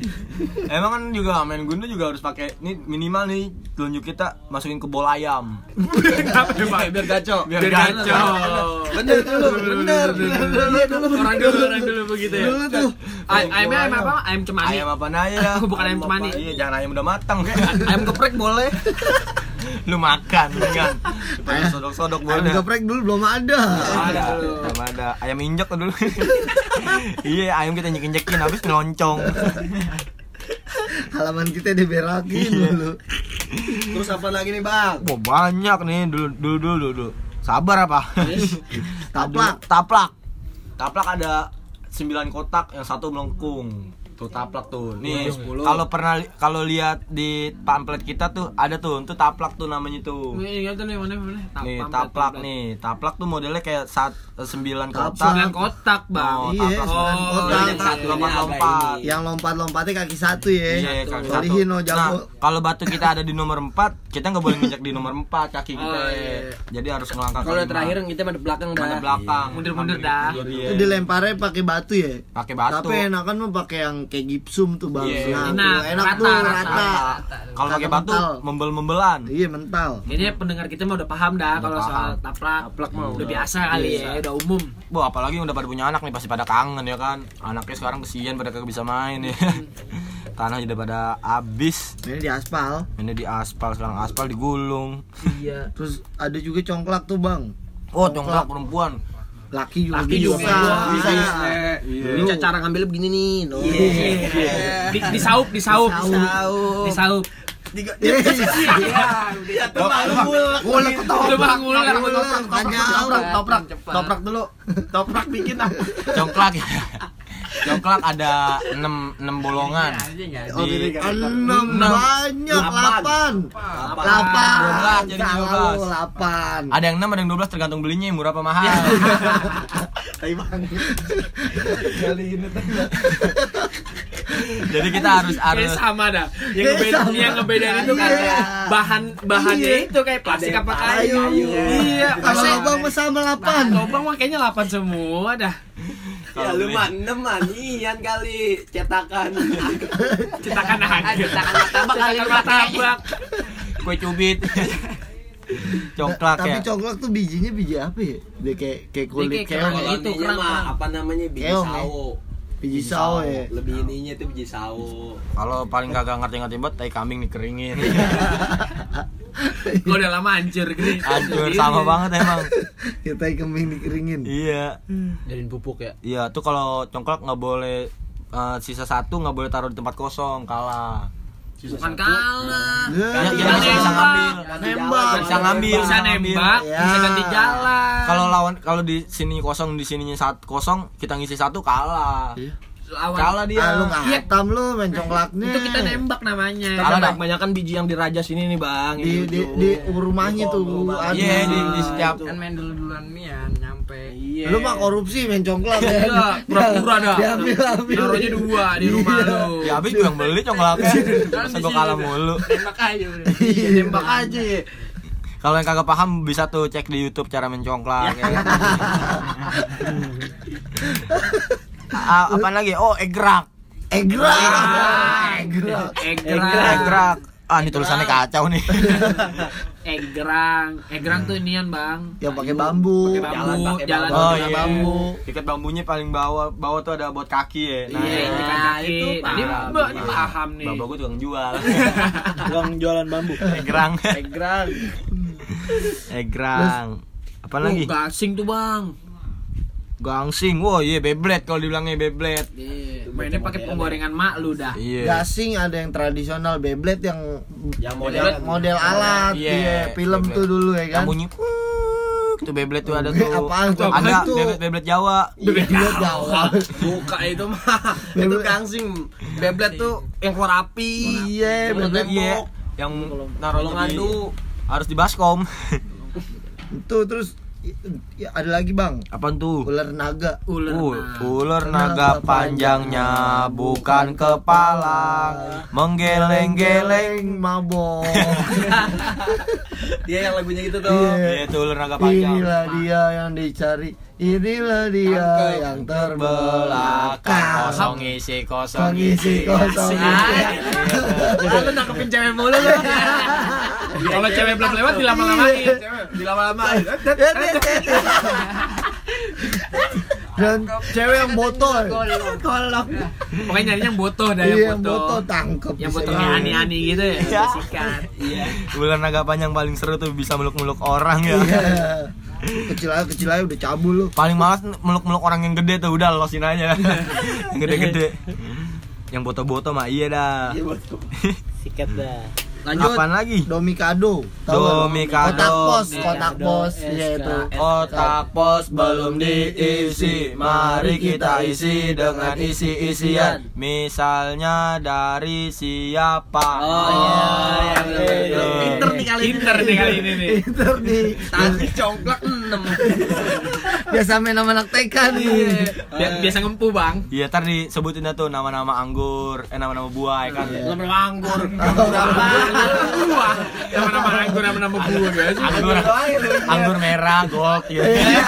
[SPEAKER 1] Emang kan juga main gundu juga harus pakai ini minimal nih telunjuk kita masukin ke bol ayam.
[SPEAKER 2] Kenapa ya, Bang?
[SPEAKER 5] Biar gacor.
[SPEAKER 1] Biar
[SPEAKER 2] Biar
[SPEAKER 1] gacor.
[SPEAKER 2] kacau.
[SPEAKER 5] Bener dulu, bener. Bener dulu.
[SPEAKER 2] Orang dulu, orang dulu begitu ya.
[SPEAKER 3] Iya, Dulu tuh.
[SPEAKER 2] Ay- Ayamnya ayam apa? Ayam cemani.
[SPEAKER 1] Ayam apa aja? *laughs*
[SPEAKER 2] Bukan ayam cemani.
[SPEAKER 1] Iya, jangan ayam udah matang.
[SPEAKER 5] Ayam geprek boleh.
[SPEAKER 1] *laughs* Lu makan kan. Pada sodok-sodok
[SPEAKER 3] Ayam
[SPEAKER 1] boleh.
[SPEAKER 3] geprek dulu belum ada.
[SPEAKER 1] Ada, belum ada. Ayam injek tuh dulu. *laughs* iya, ayam kita injek-injekin habis ngeloncong.
[SPEAKER 3] Halaman kita diberakin dulu.
[SPEAKER 5] Terus apa lagi nih, Bang?
[SPEAKER 1] *laughs* Wah, banyak nih dulu dulu dulu dulu. Sabar apa?
[SPEAKER 3] Taplak.
[SPEAKER 1] Taplak. Taplak ada 9 kotak, yang satu melengkung. Tuh taplak tuh. Nih,
[SPEAKER 4] Sepuluh.
[SPEAKER 1] kalau pernah li- kalau lihat di pamflet kita tuh ada tuh, itu taplak tuh namanya tuh.
[SPEAKER 2] Iya, Nih, ingat dulu yang mana mana.
[SPEAKER 1] Nih, taplak nih. Taplak tuh modelnya kayak saat 9
[SPEAKER 2] Sembilan
[SPEAKER 1] kotak.
[SPEAKER 2] kotak, Bang.
[SPEAKER 1] Oh, taplak.
[SPEAKER 3] Iya, sembilan
[SPEAKER 2] Oh,
[SPEAKER 3] kotak.
[SPEAKER 1] Yang satu lompat-lompat.
[SPEAKER 3] Yang lompat-lompatnya kaki satu ya.
[SPEAKER 1] Iya, kaki satu.
[SPEAKER 3] Solihino,
[SPEAKER 1] Nah,
[SPEAKER 3] jago.
[SPEAKER 1] kalau batu kita ada di nomor 4, kita nggak boleh nginjak di nomor 4 kaki kita.
[SPEAKER 2] Oh, iya.
[SPEAKER 1] Jadi harus ngelangkah ke
[SPEAKER 5] Kalau
[SPEAKER 1] lima.
[SPEAKER 5] terakhir kita pada belakang
[SPEAKER 1] mana
[SPEAKER 5] dah.
[SPEAKER 1] belakang.
[SPEAKER 2] Mundur-mundur dah.
[SPEAKER 1] Iya.
[SPEAKER 3] Itu dilemparnya pakai batu ya.
[SPEAKER 1] Pakai batu.
[SPEAKER 3] Tapi enakan mah pakai yang kayak gipsum tuh bang.
[SPEAKER 1] Iya,
[SPEAKER 3] Nah,
[SPEAKER 2] enak, rata,
[SPEAKER 3] tuh, enak tuh
[SPEAKER 2] rata.
[SPEAKER 3] rata.
[SPEAKER 1] Kalau pakai
[SPEAKER 3] Kata
[SPEAKER 1] batu
[SPEAKER 3] mental.
[SPEAKER 1] membel-membelan.
[SPEAKER 3] Iya mental.
[SPEAKER 2] Kayaknya pendengar kita mah udah paham dah kalau soal taplak.
[SPEAKER 5] Taplak mah
[SPEAKER 2] Udah
[SPEAKER 5] udah.
[SPEAKER 2] biasa kali ya, udah umum.
[SPEAKER 1] Wah, apalagi yang udah pada punya anak nih pasti pada kangen ya kan. Anaknya sekarang kesian pada kagak bisa main ya. *laughs* Tanah udah pada habis.
[SPEAKER 3] Ini di aspal.
[SPEAKER 1] Ini di aspal sekarang aspal digulung.
[SPEAKER 2] Iya.
[SPEAKER 3] Terus ada juga congklak tuh bang.
[SPEAKER 1] Oh, congklak perempuan.
[SPEAKER 3] Laki juga
[SPEAKER 2] Laki juga.
[SPEAKER 3] bisa.
[SPEAKER 5] Ini ca- cara ngambil begini nih. no.
[SPEAKER 1] Iya.
[SPEAKER 2] Di, disaup, disaup,
[SPEAKER 6] Disaup.
[SPEAKER 2] disaup.
[SPEAKER 3] Boleh ketawa.
[SPEAKER 2] Udah bang, ulang lah.
[SPEAKER 3] Boleh, nggak jauh.
[SPEAKER 5] Toprak, toprak dulu. Toprak bikin ah.
[SPEAKER 1] Congklak. ya. congklak ada 6 6 bolongan.
[SPEAKER 2] Iya,
[SPEAKER 1] Di
[SPEAKER 3] Enam banyak delapan. Delapan.
[SPEAKER 1] Dua belas, jadi
[SPEAKER 3] Salah
[SPEAKER 1] dua belas.
[SPEAKER 3] lu, Delapan.
[SPEAKER 1] Ada yang 6, ada yang 12 tergantung belinya yang murah apa mahal. Jadi kita harus
[SPEAKER 2] Kayaknya
[SPEAKER 1] harus
[SPEAKER 2] sama dah. Yang ngebedain
[SPEAKER 3] sama.
[SPEAKER 2] yang ngebedain itu kan
[SPEAKER 3] Iya.
[SPEAKER 2] bahan bahannya
[SPEAKER 3] Iya.
[SPEAKER 2] itu kayak plastik apa kayu.
[SPEAKER 3] kayu.
[SPEAKER 2] Iya, Nah,
[SPEAKER 3] Kalau
[SPEAKER 2] kalau
[SPEAKER 3] lubang mah sama delapan.
[SPEAKER 2] lubang mah kayaknya 8 semua dah.
[SPEAKER 5] Ya lu mah enam mah nian kali cetakan.
[SPEAKER 2] Cetakan aja.
[SPEAKER 6] Cetakan martabak kali
[SPEAKER 2] Cetakan
[SPEAKER 6] lu pakai.
[SPEAKER 2] martabak.
[SPEAKER 1] kue cubit. congklak
[SPEAKER 3] Tapi
[SPEAKER 1] ya.
[SPEAKER 3] congklak tuh bijinya biji apa ya? Dia kayak kayak kulit
[SPEAKER 2] kayak
[SPEAKER 3] keong.
[SPEAKER 2] kerang.
[SPEAKER 3] ya?
[SPEAKER 5] Itu
[SPEAKER 2] Itu
[SPEAKER 5] keren
[SPEAKER 2] kerang, kerang.
[SPEAKER 5] mah apa namanya biji
[SPEAKER 3] Keong, ya?
[SPEAKER 5] sawo.
[SPEAKER 3] Biji sawo ya. *laughs*
[SPEAKER 5] Lebih ininya tuh biji sawo.
[SPEAKER 1] Kalau paling kagak ngerti-ngerti banget tai kambing dikeringin.
[SPEAKER 2] Gua udah lama hancur gini.
[SPEAKER 1] Hancur sama
[SPEAKER 2] Iya.
[SPEAKER 1] banget emang.
[SPEAKER 3] Ya tai kembing dikeringin.
[SPEAKER 1] Iya.
[SPEAKER 3] Hmm.
[SPEAKER 4] Jadiin pupuk ya.
[SPEAKER 1] Iya, tuh kalau congklak nggak boleh eh, sisa satu nggak boleh taruh di tempat kosong kalah.
[SPEAKER 2] Bukan kalah.
[SPEAKER 1] Ya,
[SPEAKER 3] Ya,
[SPEAKER 1] ya, bisa, bisa
[SPEAKER 2] nembak.
[SPEAKER 1] ngambil.
[SPEAKER 3] Nembak.
[SPEAKER 1] Bisa ngambil.
[SPEAKER 2] Bisa nembak,
[SPEAKER 3] Ya.
[SPEAKER 2] bisa ganti
[SPEAKER 3] Ah.
[SPEAKER 2] jalan.
[SPEAKER 1] Kalau lawan kalau di sini kosong di sininya saat kosong kita ngisi satu kalah.
[SPEAKER 2] lawan
[SPEAKER 1] Kalah dia.
[SPEAKER 3] Ah, lu
[SPEAKER 2] Iya.
[SPEAKER 3] ngatam lu main congklaknya.
[SPEAKER 2] itu kita nembak namanya.
[SPEAKER 1] Kalah dah.
[SPEAKER 4] Kan Kebanyakan biji yang dirajas ini nih bang. Gitu.
[SPEAKER 3] di di di rumahnya tuh. ada.
[SPEAKER 1] Iya, di, di setiap
[SPEAKER 6] Kan main dulu-duluan
[SPEAKER 2] ya,
[SPEAKER 6] Mian nyampe.
[SPEAKER 3] Lu mah korupsi main congklak
[SPEAKER 2] Enggak,
[SPEAKER 3] ya.
[SPEAKER 2] Iya, pura-pura dah.
[SPEAKER 3] Diambil Iya. ambil.
[SPEAKER 2] Naruhnya dua di rumah lu. Kan
[SPEAKER 1] Ya habis gue yang beli
[SPEAKER 4] *laughs*
[SPEAKER 1] congklaknya Masa gue Kan kalah mulu
[SPEAKER 6] Tembak aja udah.
[SPEAKER 3] Iya,
[SPEAKER 5] Tembak aja.
[SPEAKER 1] Kalau yang kagak paham bisa tuh cek di Youtube cara mencongklak ya
[SPEAKER 3] *laughs*
[SPEAKER 1] kan? A- Apaan lagi? Oh, egrak
[SPEAKER 3] Egra.
[SPEAKER 2] Ah, Egrang. Egrang.
[SPEAKER 1] Egrak Ah, ini tulisannya kacau *laughs* nih
[SPEAKER 2] Egrang. Egrang tuh nian, Bang.
[SPEAKER 3] Yang pakai
[SPEAKER 2] Pakai
[SPEAKER 3] bambu.
[SPEAKER 2] bambu,
[SPEAKER 5] pakai
[SPEAKER 2] jalan
[SPEAKER 5] bambu.
[SPEAKER 2] pakai
[SPEAKER 1] iya.
[SPEAKER 2] bambu.
[SPEAKER 1] Ikat bambunya paling bawah Bawah tuh ada buat kaki ya
[SPEAKER 2] Iya,
[SPEAKER 1] Nah,
[SPEAKER 2] ikat kaki. Tadi Mbak, ini paham nih.
[SPEAKER 1] Bapak gue tukang jual
[SPEAKER 4] Bang jualan bambu.
[SPEAKER 1] Egrang
[SPEAKER 5] Egrang.
[SPEAKER 1] Egrang Apaan
[SPEAKER 2] Oh,
[SPEAKER 1] lagi?
[SPEAKER 2] gasing tuh, Bang.
[SPEAKER 1] Gangsing Wah, iya Beyblade kalau dibilangnya Beyblade
[SPEAKER 2] Iya, mainnya pakai penggorengan mak lu dah.
[SPEAKER 1] Iya
[SPEAKER 3] Gasing ada yang tradisional Beyblade yang
[SPEAKER 5] Yang model
[SPEAKER 3] model, model alat
[SPEAKER 1] Iya,
[SPEAKER 3] iya, film
[SPEAKER 1] Beyblade.
[SPEAKER 3] tuh dulu ya
[SPEAKER 1] Yang
[SPEAKER 3] kan.
[SPEAKER 1] bunyi "Kuuk", Tuh Beyblade tuh ada tuh
[SPEAKER 3] Apaan tuh? Apaan
[SPEAKER 1] Ada
[SPEAKER 3] tuh?
[SPEAKER 1] Beyblade Beyblade Jawa
[SPEAKER 3] Beyblade Iya, gawat.
[SPEAKER 5] Buka itu mah. Itu
[SPEAKER 3] Beyblade.
[SPEAKER 5] gangsing. Beblet tuh yang keluar api.
[SPEAKER 3] Iya, Beyblade.
[SPEAKER 1] Iya. Yang naruh
[SPEAKER 5] Kalau ngadu
[SPEAKER 1] harus di baskom. *laughs*
[SPEAKER 3] Itu terus i- i- ada lagi bang
[SPEAKER 1] Apaan tuh?
[SPEAKER 3] ular naga
[SPEAKER 2] Ular.
[SPEAKER 1] U-
[SPEAKER 2] Mak.
[SPEAKER 1] ular naga panjangnya bukan kepala menggeleng-geleng
[SPEAKER 3] mabok
[SPEAKER 5] dia yang lagunya gitu tuh.
[SPEAKER 1] Iya,
[SPEAKER 3] Iya.
[SPEAKER 1] itu ular naga panjang
[SPEAKER 3] inilah dia yang dicari inilah dia yang
[SPEAKER 1] belakang
[SPEAKER 3] terbelakang
[SPEAKER 1] kosong isi kosong
[SPEAKER 3] pengisi
[SPEAKER 1] isi iya,
[SPEAKER 3] kosong
[SPEAKER 2] Ah, lu nangkepin cewek mulu lu. Kalau cewek belum lewat dilama-lamain.
[SPEAKER 5] Dilama-lama.
[SPEAKER 3] *laughs* dan cewek yang botol
[SPEAKER 6] Kolok.
[SPEAKER 2] Pokoknya nyarinya yang botoh dah yang
[SPEAKER 3] iya yang
[SPEAKER 2] botoh.
[SPEAKER 3] botol tangkep
[SPEAKER 2] Yang
[SPEAKER 3] bisa
[SPEAKER 2] botoh
[SPEAKER 3] gitu.
[SPEAKER 2] kayak ani-ani gitu ya.
[SPEAKER 1] Iya.
[SPEAKER 2] Sikat.
[SPEAKER 1] ular naga panjang paling seru tuh bisa meluk-meluk orang ya
[SPEAKER 3] Iya. kecil aja kecil aja udah cabul lu
[SPEAKER 1] paling malas meluk-meluk orang yang gede tuh udah losin *laughs* aja yang gede-gede yang boto-boto mah iya dah
[SPEAKER 4] Sikat dah. Lanjut.
[SPEAKER 1] Apaan lagi?
[SPEAKER 3] Domikado. Tahu nggak lo?
[SPEAKER 1] Domikado.
[SPEAKER 3] Kotak pos,
[SPEAKER 4] Domikado,
[SPEAKER 3] kotak pos,
[SPEAKER 4] SK.
[SPEAKER 3] iya itu.
[SPEAKER 1] Otak pos belum diisi, mari kita isi dengan isi-isian. Misalnya dari siapa?
[SPEAKER 4] Oh, iya, iya, bener, bener.
[SPEAKER 1] Iya.
[SPEAKER 4] Pinter nih kali ini.
[SPEAKER 2] Pinter nih kali ini nih.
[SPEAKER 3] Itu di
[SPEAKER 4] Tadi congklak 6.
[SPEAKER 3] biasa main sama anak TK nih.
[SPEAKER 2] Bi- Biasa ngempu bang.
[SPEAKER 1] Iya, ntar disebutin dah tuh nama-nama anggur, eh nama-nama buah ya kan.
[SPEAKER 4] Iya.
[SPEAKER 2] Nama-nama anggur. Nama-nama gua. Nama-nama anggur, nama-nama gua guys.
[SPEAKER 1] Anggur, *laughs* anggur merah, gold, ya.
[SPEAKER 4] Iya.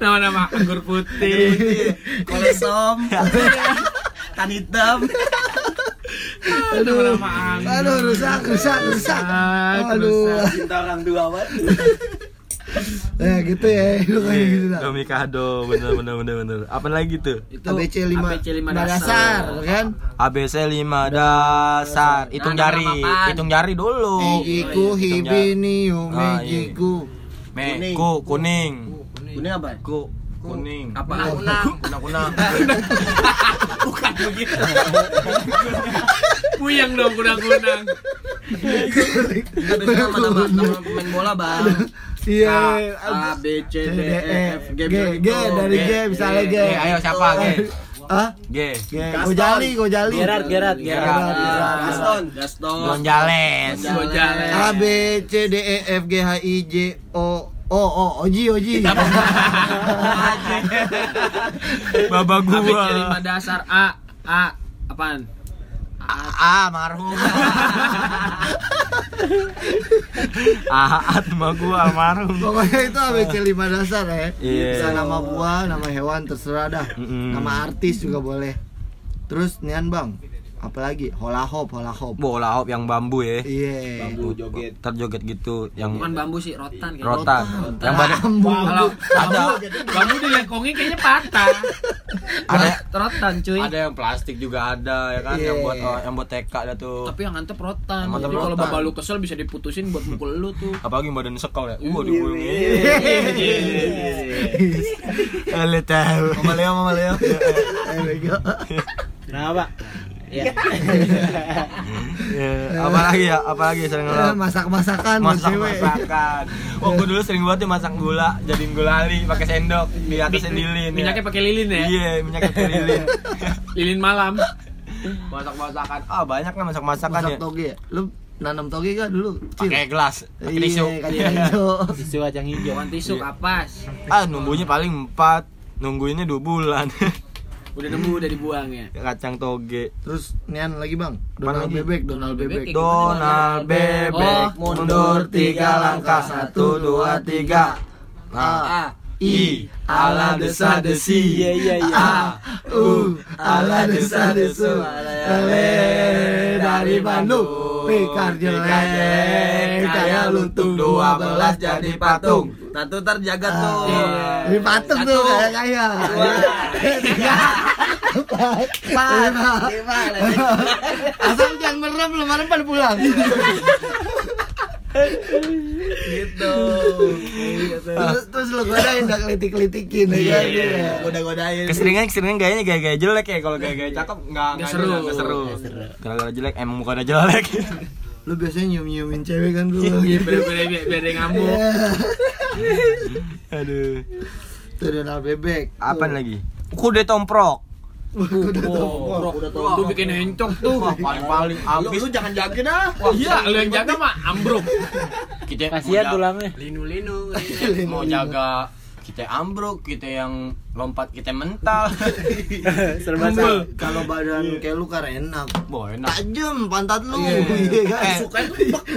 [SPEAKER 2] Nama-nama anggur putih.
[SPEAKER 1] Iya. *laughs*
[SPEAKER 4] Kolesom. Tan hitam.
[SPEAKER 3] Aduh.
[SPEAKER 2] Nama-nama anggur.
[SPEAKER 3] Aduh, rusak, rusak, rusak.
[SPEAKER 2] Rusak,
[SPEAKER 3] Aduh.
[SPEAKER 2] rusak.
[SPEAKER 5] Cinta orang dua banget.
[SPEAKER 3] Ya gitu ya, hidup
[SPEAKER 1] Iya,
[SPEAKER 3] kayak gitu lah.
[SPEAKER 1] Domikado, bener bener bener bener. Apa lagi tuh?
[SPEAKER 4] Itu
[SPEAKER 3] ABC 5
[SPEAKER 2] ABC lima
[SPEAKER 3] dasar, kan?
[SPEAKER 1] ABC 5 dasar, hitung
[SPEAKER 2] Nah,
[SPEAKER 1] jari,
[SPEAKER 2] nama-apaan?
[SPEAKER 1] hitung jari dulu.
[SPEAKER 3] Igiku
[SPEAKER 1] hitung
[SPEAKER 3] hibiniu
[SPEAKER 1] Ah, iya.
[SPEAKER 3] megiku.
[SPEAKER 1] Meku kuning.
[SPEAKER 4] Ini apa?
[SPEAKER 1] Ku kuning.
[SPEAKER 4] Apa?
[SPEAKER 1] *laughs* Kunang-kunang.
[SPEAKER 2] Bukan begitu. Puyeng dong kunang-kunang.
[SPEAKER 4] Enggak biasa sama nama nama pemain bola, Bang.
[SPEAKER 3] Iya.
[SPEAKER 4] A, B, C, D,
[SPEAKER 3] D,
[SPEAKER 4] E, F, G,
[SPEAKER 3] G, G, dari G, misalnya G.
[SPEAKER 1] G, ayo siapa G?
[SPEAKER 3] Hah?
[SPEAKER 1] G.
[SPEAKER 3] G. Gojali, Gojali.
[SPEAKER 4] Gerard, Gerard, Gerard.
[SPEAKER 3] Gerard.
[SPEAKER 4] Gaston, Gaston.
[SPEAKER 1] Gonjales.
[SPEAKER 2] Gua jalan.
[SPEAKER 3] A B C D E F G H I J O O O Oji
[SPEAKER 2] *laughs*
[SPEAKER 3] Oji.
[SPEAKER 1] Baba
[SPEAKER 2] ABC lima
[SPEAKER 1] gua.
[SPEAKER 2] dasar A A apaan?
[SPEAKER 1] Ah, marhum. *laughs* Aat sama Ah, gua marhum.
[SPEAKER 3] Pokoknya itu ABC 5 dasar ya.
[SPEAKER 1] Iya.
[SPEAKER 3] Bisa nama buah, nama hewan terserah dah.
[SPEAKER 1] Mm-mm.
[SPEAKER 3] Nama artis juga boleh. Terus nian Bang. Apalagi hola hop, hola hop.
[SPEAKER 1] Bola hop yang bambu ya.
[SPEAKER 3] Iya.
[SPEAKER 5] Bambu joget.
[SPEAKER 1] Terjoget gitu yang
[SPEAKER 2] Bukan bambu sih, rotan kayak
[SPEAKER 1] rotan. Yang badan
[SPEAKER 2] Kalau
[SPEAKER 1] ada
[SPEAKER 2] bambu dilengkongin kayaknya patah.
[SPEAKER 1] ada
[SPEAKER 2] Rotan cuy.
[SPEAKER 1] ada yang plastik juga ada ya kan yang
[SPEAKER 3] Iya.
[SPEAKER 1] buat oh, yang buat TK ada tuh.
[SPEAKER 2] Tapi yang ngantep rotan.
[SPEAKER 1] Yang ngantep
[SPEAKER 2] Jadi kalau
[SPEAKER 1] rotan.
[SPEAKER 2] bapak lu kesel bisa diputusin buat mukul lu tuh.
[SPEAKER 1] Apalagi yang badan sekol ya.
[SPEAKER 3] Iya,
[SPEAKER 1] Waduh. gulung. iya, Lu tahu. Mama Leo, Mama *laughs* Leo.
[SPEAKER 3] Eh, bego.
[SPEAKER 4] Kenapa? Ya.
[SPEAKER 1] Ya, apalagi ya? Apalagi yang sering
[SPEAKER 3] Eh,
[SPEAKER 1] ngelap.
[SPEAKER 3] Masak-masakan Iya. buat
[SPEAKER 1] masak
[SPEAKER 3] cewek.
[SPEAKER 1] masakan wah gua dulu sering banget tuh masak gula jadiin gulali pakai sendok di atas lilin ya.
[SPEAKER 2] Minyaknya pakai lilin ya.
[SPEAKER 1] iya minyaknya pakai
[SPEAKER 3] *laughs*
[SPEAKER 1] lilin
[SPEAKER 2] Lilin malam.
[SPEAKER 1] masak masakan ah banyak lah masak masakan
[SPEAKER 3] Masak
[SPEAKER 1] ya
[SPEAKER 3] toge. Lu nanam toge gak dulu? Cil?
[SPEAKER 1] pakai gelas pakai
[SPEAKER 3] Iya,
[SPEAKER 1] tisu *laughs*
[SPEAKER 3] kacang hijau.
[SPEAKER 4] Isu kacang
[SPEAKER 2] *laughs*
[SPEAKER 4] hijau.
[SPEAKER 2] Bukan
[SPEAKER 1] Iya.
[SPEAKER 2] tisu kapas.
[SPEAKER 1] ah nunggunya paling empat nungguinnya dua bulan *laughs*
[SPEAKER 2] Udah nemu udah dibuang
[SPEAKER 4] *laughs*
[SPEAKER 2] ya.
[SPEAKER 1] kacang toge
[SPEAKER 3] Terus nian lagi Bang. Donald
[SPEAKER 1] lagi?
[SPEAKER 3] bebek, Donald bebek.
[SPEAKER 1] Donald bebek
[SPEAKER 2] Oh.
[SPEAKER 1] mundur tiga langkah satu dua tiga nah.
[SPEAKER 4] A,
[SPEAKER 1] I ala desa desi
[SPEAKER 4] Iya, iya, iya.
[SPEAKER 1] A
[SPEAKER 3] uh,
[SPEAKER 1] U ala uh, desa desu Ale dari Bandung Pikar jelek Kayak lutung 12 jadi patung Ah, iya.
[SPEAKER 4] Tatu ntar jaga tuh.
[SPEAKER 3] Iya. Ini patung tuh kayak kaya. *laughs* Empat. Empat. Asal jangan merem lu merem pada pulang.
[SPEAKER 4] Gitu.
[SPEAKER 3] Terus- Terus lu godain udah kelitik-kelitikin ya.
[SPEAKER 4] Goda-godain.
[SPEAKER 1] Keseringan keseringan gayanya gaya-gaya jelek ya kalau gaya-gaya cakep nggak
[SPEAKER 2] Nggak seru.
[SPEAKER 1] nggak seru gara-gara jelek emang mukanya jelek *laughs*
[SPEAKER 3] Lu biasanya nyium-nyiumin cewek kan Iya. lu.
[SPEAKER 2] Iya, biar biar biar- biar dia ngamuk.
[SPEAKER 4] Iya.
[SPEAKER 1] aduh
[SPEAKER 3] Tuh Donald bebek.
[SPEAKER 1] apa lagi kude tomprok
[SPEAKER 4] Udah tahu.
[SPEAKER 2] Tuh bikin encok tuh.
[SPEAKER 1] paling-paling abis
[SPEAKER 4] Lu jangan ah. jaga dah.
[SPEAKER 2] Iya, lu yang jaga mah ambruk.
[SPEAKER 1] kita
[SPEAKER 4] Kasihan
[SPEAKER 1] mau
[SPEAKER 4] tulangnya.
[SPEAKER 2] Linu-linu.
[SPEAKER 1] jaga- mau jaga kita ambruk kita yang lompat kita *laughs* mental
[SPEAKER 4] Serba salah.
[SPEAKER 3] Kembul. Kalau badan kayak lu kan enak.
[SPEAKER 1] Boh, enak
[SPEAKER 3] Tajam pantat lu.
[SPEAKER 1] Iya.
[SPEAKER 3] Iya kan?
[SPEAKER 1] Nah. Eh,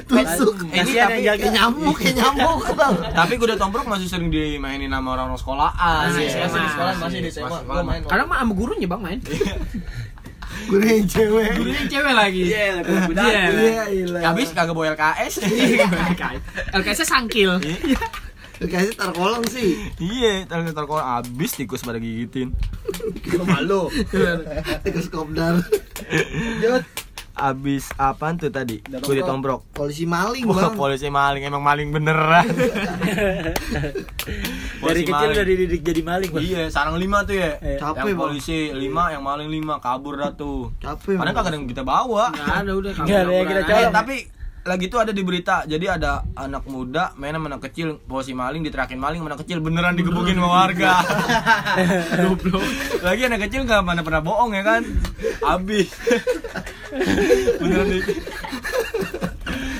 [SPEAKER 3] Tusuknya tusuk.
[SPEAKER 1] Eh, ini
[SPEAKER 3] Iya,
[SPEAKER 4] Kasihan
[SPEAKER 1] tapi-
[SPEAKER 4] yang
[SPEAKER 3] Kayak
[SPEAKER 4] jaga.
[SPEAKER 3] nyamuk, kayak
[SPEAKER 1] *laughs*
[SPEAKER 3] nyamuk. Bang.
[SPEAKER 1] tapi kuda tomprok masih sering dimainin sama orang-orang sekolahan
[SPEAKER 2] Masih,
[SPEAKER 1] Iya.
[SPEAKER 2] masih di sekolah,
[SPEAKER 4] masih di SMA.
[SPEAKER 1] sekolah,
[SPEAKER 4] Gua main.
[SPEAKER 1] masih.
[SPEAKER 2] Kadang mah sama gurunya bang main.
[SPEAKER 3] Gurunya cewek.
[SPEAKER 2] Gurunya cewek lagi.
[SPEAKER 4] Iya, lebih mudah.
[SPEAKER 2] Iya.
[SPEAKER 3] Iya, iya.
[SPEAKER 1] habis kagak bawa *laughs* LKS Iya.
[SPEAKER 2] LKS -nya sangkil.
[SPEAKER 3] Dikasih terkolong sih.
[SPEAKER 1] iya terus terkol habis tikus pada gigitin
[SPEAKER 4] Malu.
[SPEAKER 3] Tikus kopdar.
[SPEAKER 1] abis apaan tuh tadi? Kulit tombrok.
[SPEAKER 3] Polisi maling
[SPEAKER 1] Wah,
[SPEAKER 3] bang.
[SPEAKER 1] polisi maling emang maling *laughs* beneran.
[SPEAKER 4] Dari kecil udah dididik jadi maling, Bang.
[SPEAKER 1] Iya, sarang lima tuh ya.
[SPEAKER 4] Eh,
[SPEAKER 3] capek,
[SPEAKER 1] yang
[SPEAKER 3] Bang.
[SPEAKER 1] polisi lima, yang maling lima, kabur dah tuh.
[SPEAKER 3] Capek.
[SPEAKER 1] Padahal
[SPEAKER 3] Bang.
[SPEAKER 1] kagak ada yang kita bawa.
[SPEAKER 3] Nah,
[SPEAKER 2] Nggak ada udah kamu
[SPEAKER 4] Nggak ada yang kita
[SPEAKER 1] Eh,
[SPEAKER 2] Iya.
[SPEAKER 4] colong.
[SPEAKER 1] tapi lagi itu ada di berita. Jadi ada anak muda main sama anak kecil, polisi maling diterakin maling, sama anak kecil beneran digebukin sama warga. *laughs* Goblok. lagi anak kecil nggak mana pernah bohong ya kan? Abis. *laughs* beneran di... *laughs*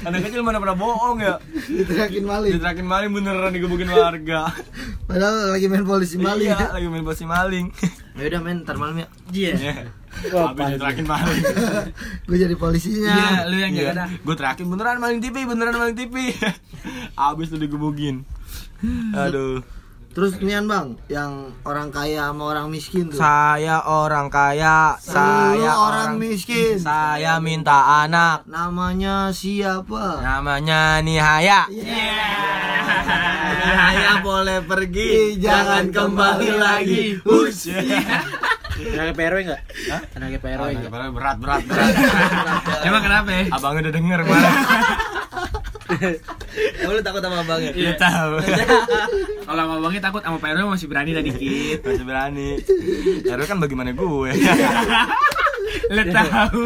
[SPEAKER 1] Anak kecil mana pernah bohong ya?
[SPEAKER 3] Diteriakin maling.
[SPEAKER 1] Diterakin maling beneran digebukin warga.
[SPEAKER 3] Padahal lagi main polisi maling.
[SPEAKER 1] Iya,
[SPEAKER 3] *laughs*
[SPEAKER 1] lagi main polisi maling. *laughs*
[SPEAKER 3] Ya udah main ntar malam ya.
[SPEAKER 4] Iya.
[SPEAKER 1] Iya.
[SPEAKER 4] Wah,
[SPEAKER 1] Abis diterakin maling.
[SPEAKER 3] Gue jadi polisinya.
[SPEAKER 1] Iya, lu yang jaga dah. Gue terakhir beneran maling TV, beneran maling TV. *laughs* Abis tuh digebukin. Aduh.
[SPEAKER 3] Terus nian bang, yang orang kaya sama orang miskin tuh.
[SPEAKER 1] Saya orang kaya, saya
[SPEAKER 3] Lu orang miskin.
[SPEAKER 1] Saya minta anak.
[SPEAKER 3] Namanya siapa?
[SPEAKER 1] Namanya Nihaya.
[SPEAKER 4] Saya
[SPEAKER 3] *laughs*
[SPEAKER 4] boleh pergi,
[SPEAKER 3] jangan kembali lagi.
[SPEAKER 1] *laughs*
[SPEAKER 4] Hush. Tenaga PRW enggak? Hah? Tenaga PRW enggak?
[SPEAKER 1] Berat, berat, berat.
[SPEAKER 2] Emang kenapa ya?
[SPEAKER 1] Abang udah denger kemarin.
[SPEAKER 4] Kamu lu takut sama abangnya?
[SPEAKER 1] Dia Iya, tahu.
[SPEAKER 2] Kalau sama abangnya takut sama Pak RW masih berani dah dikit.
[SPEAKER 1] Masih berani. Terus kan bagaimana gue? *laughs*
[SPEAKER 2] Lu tahu.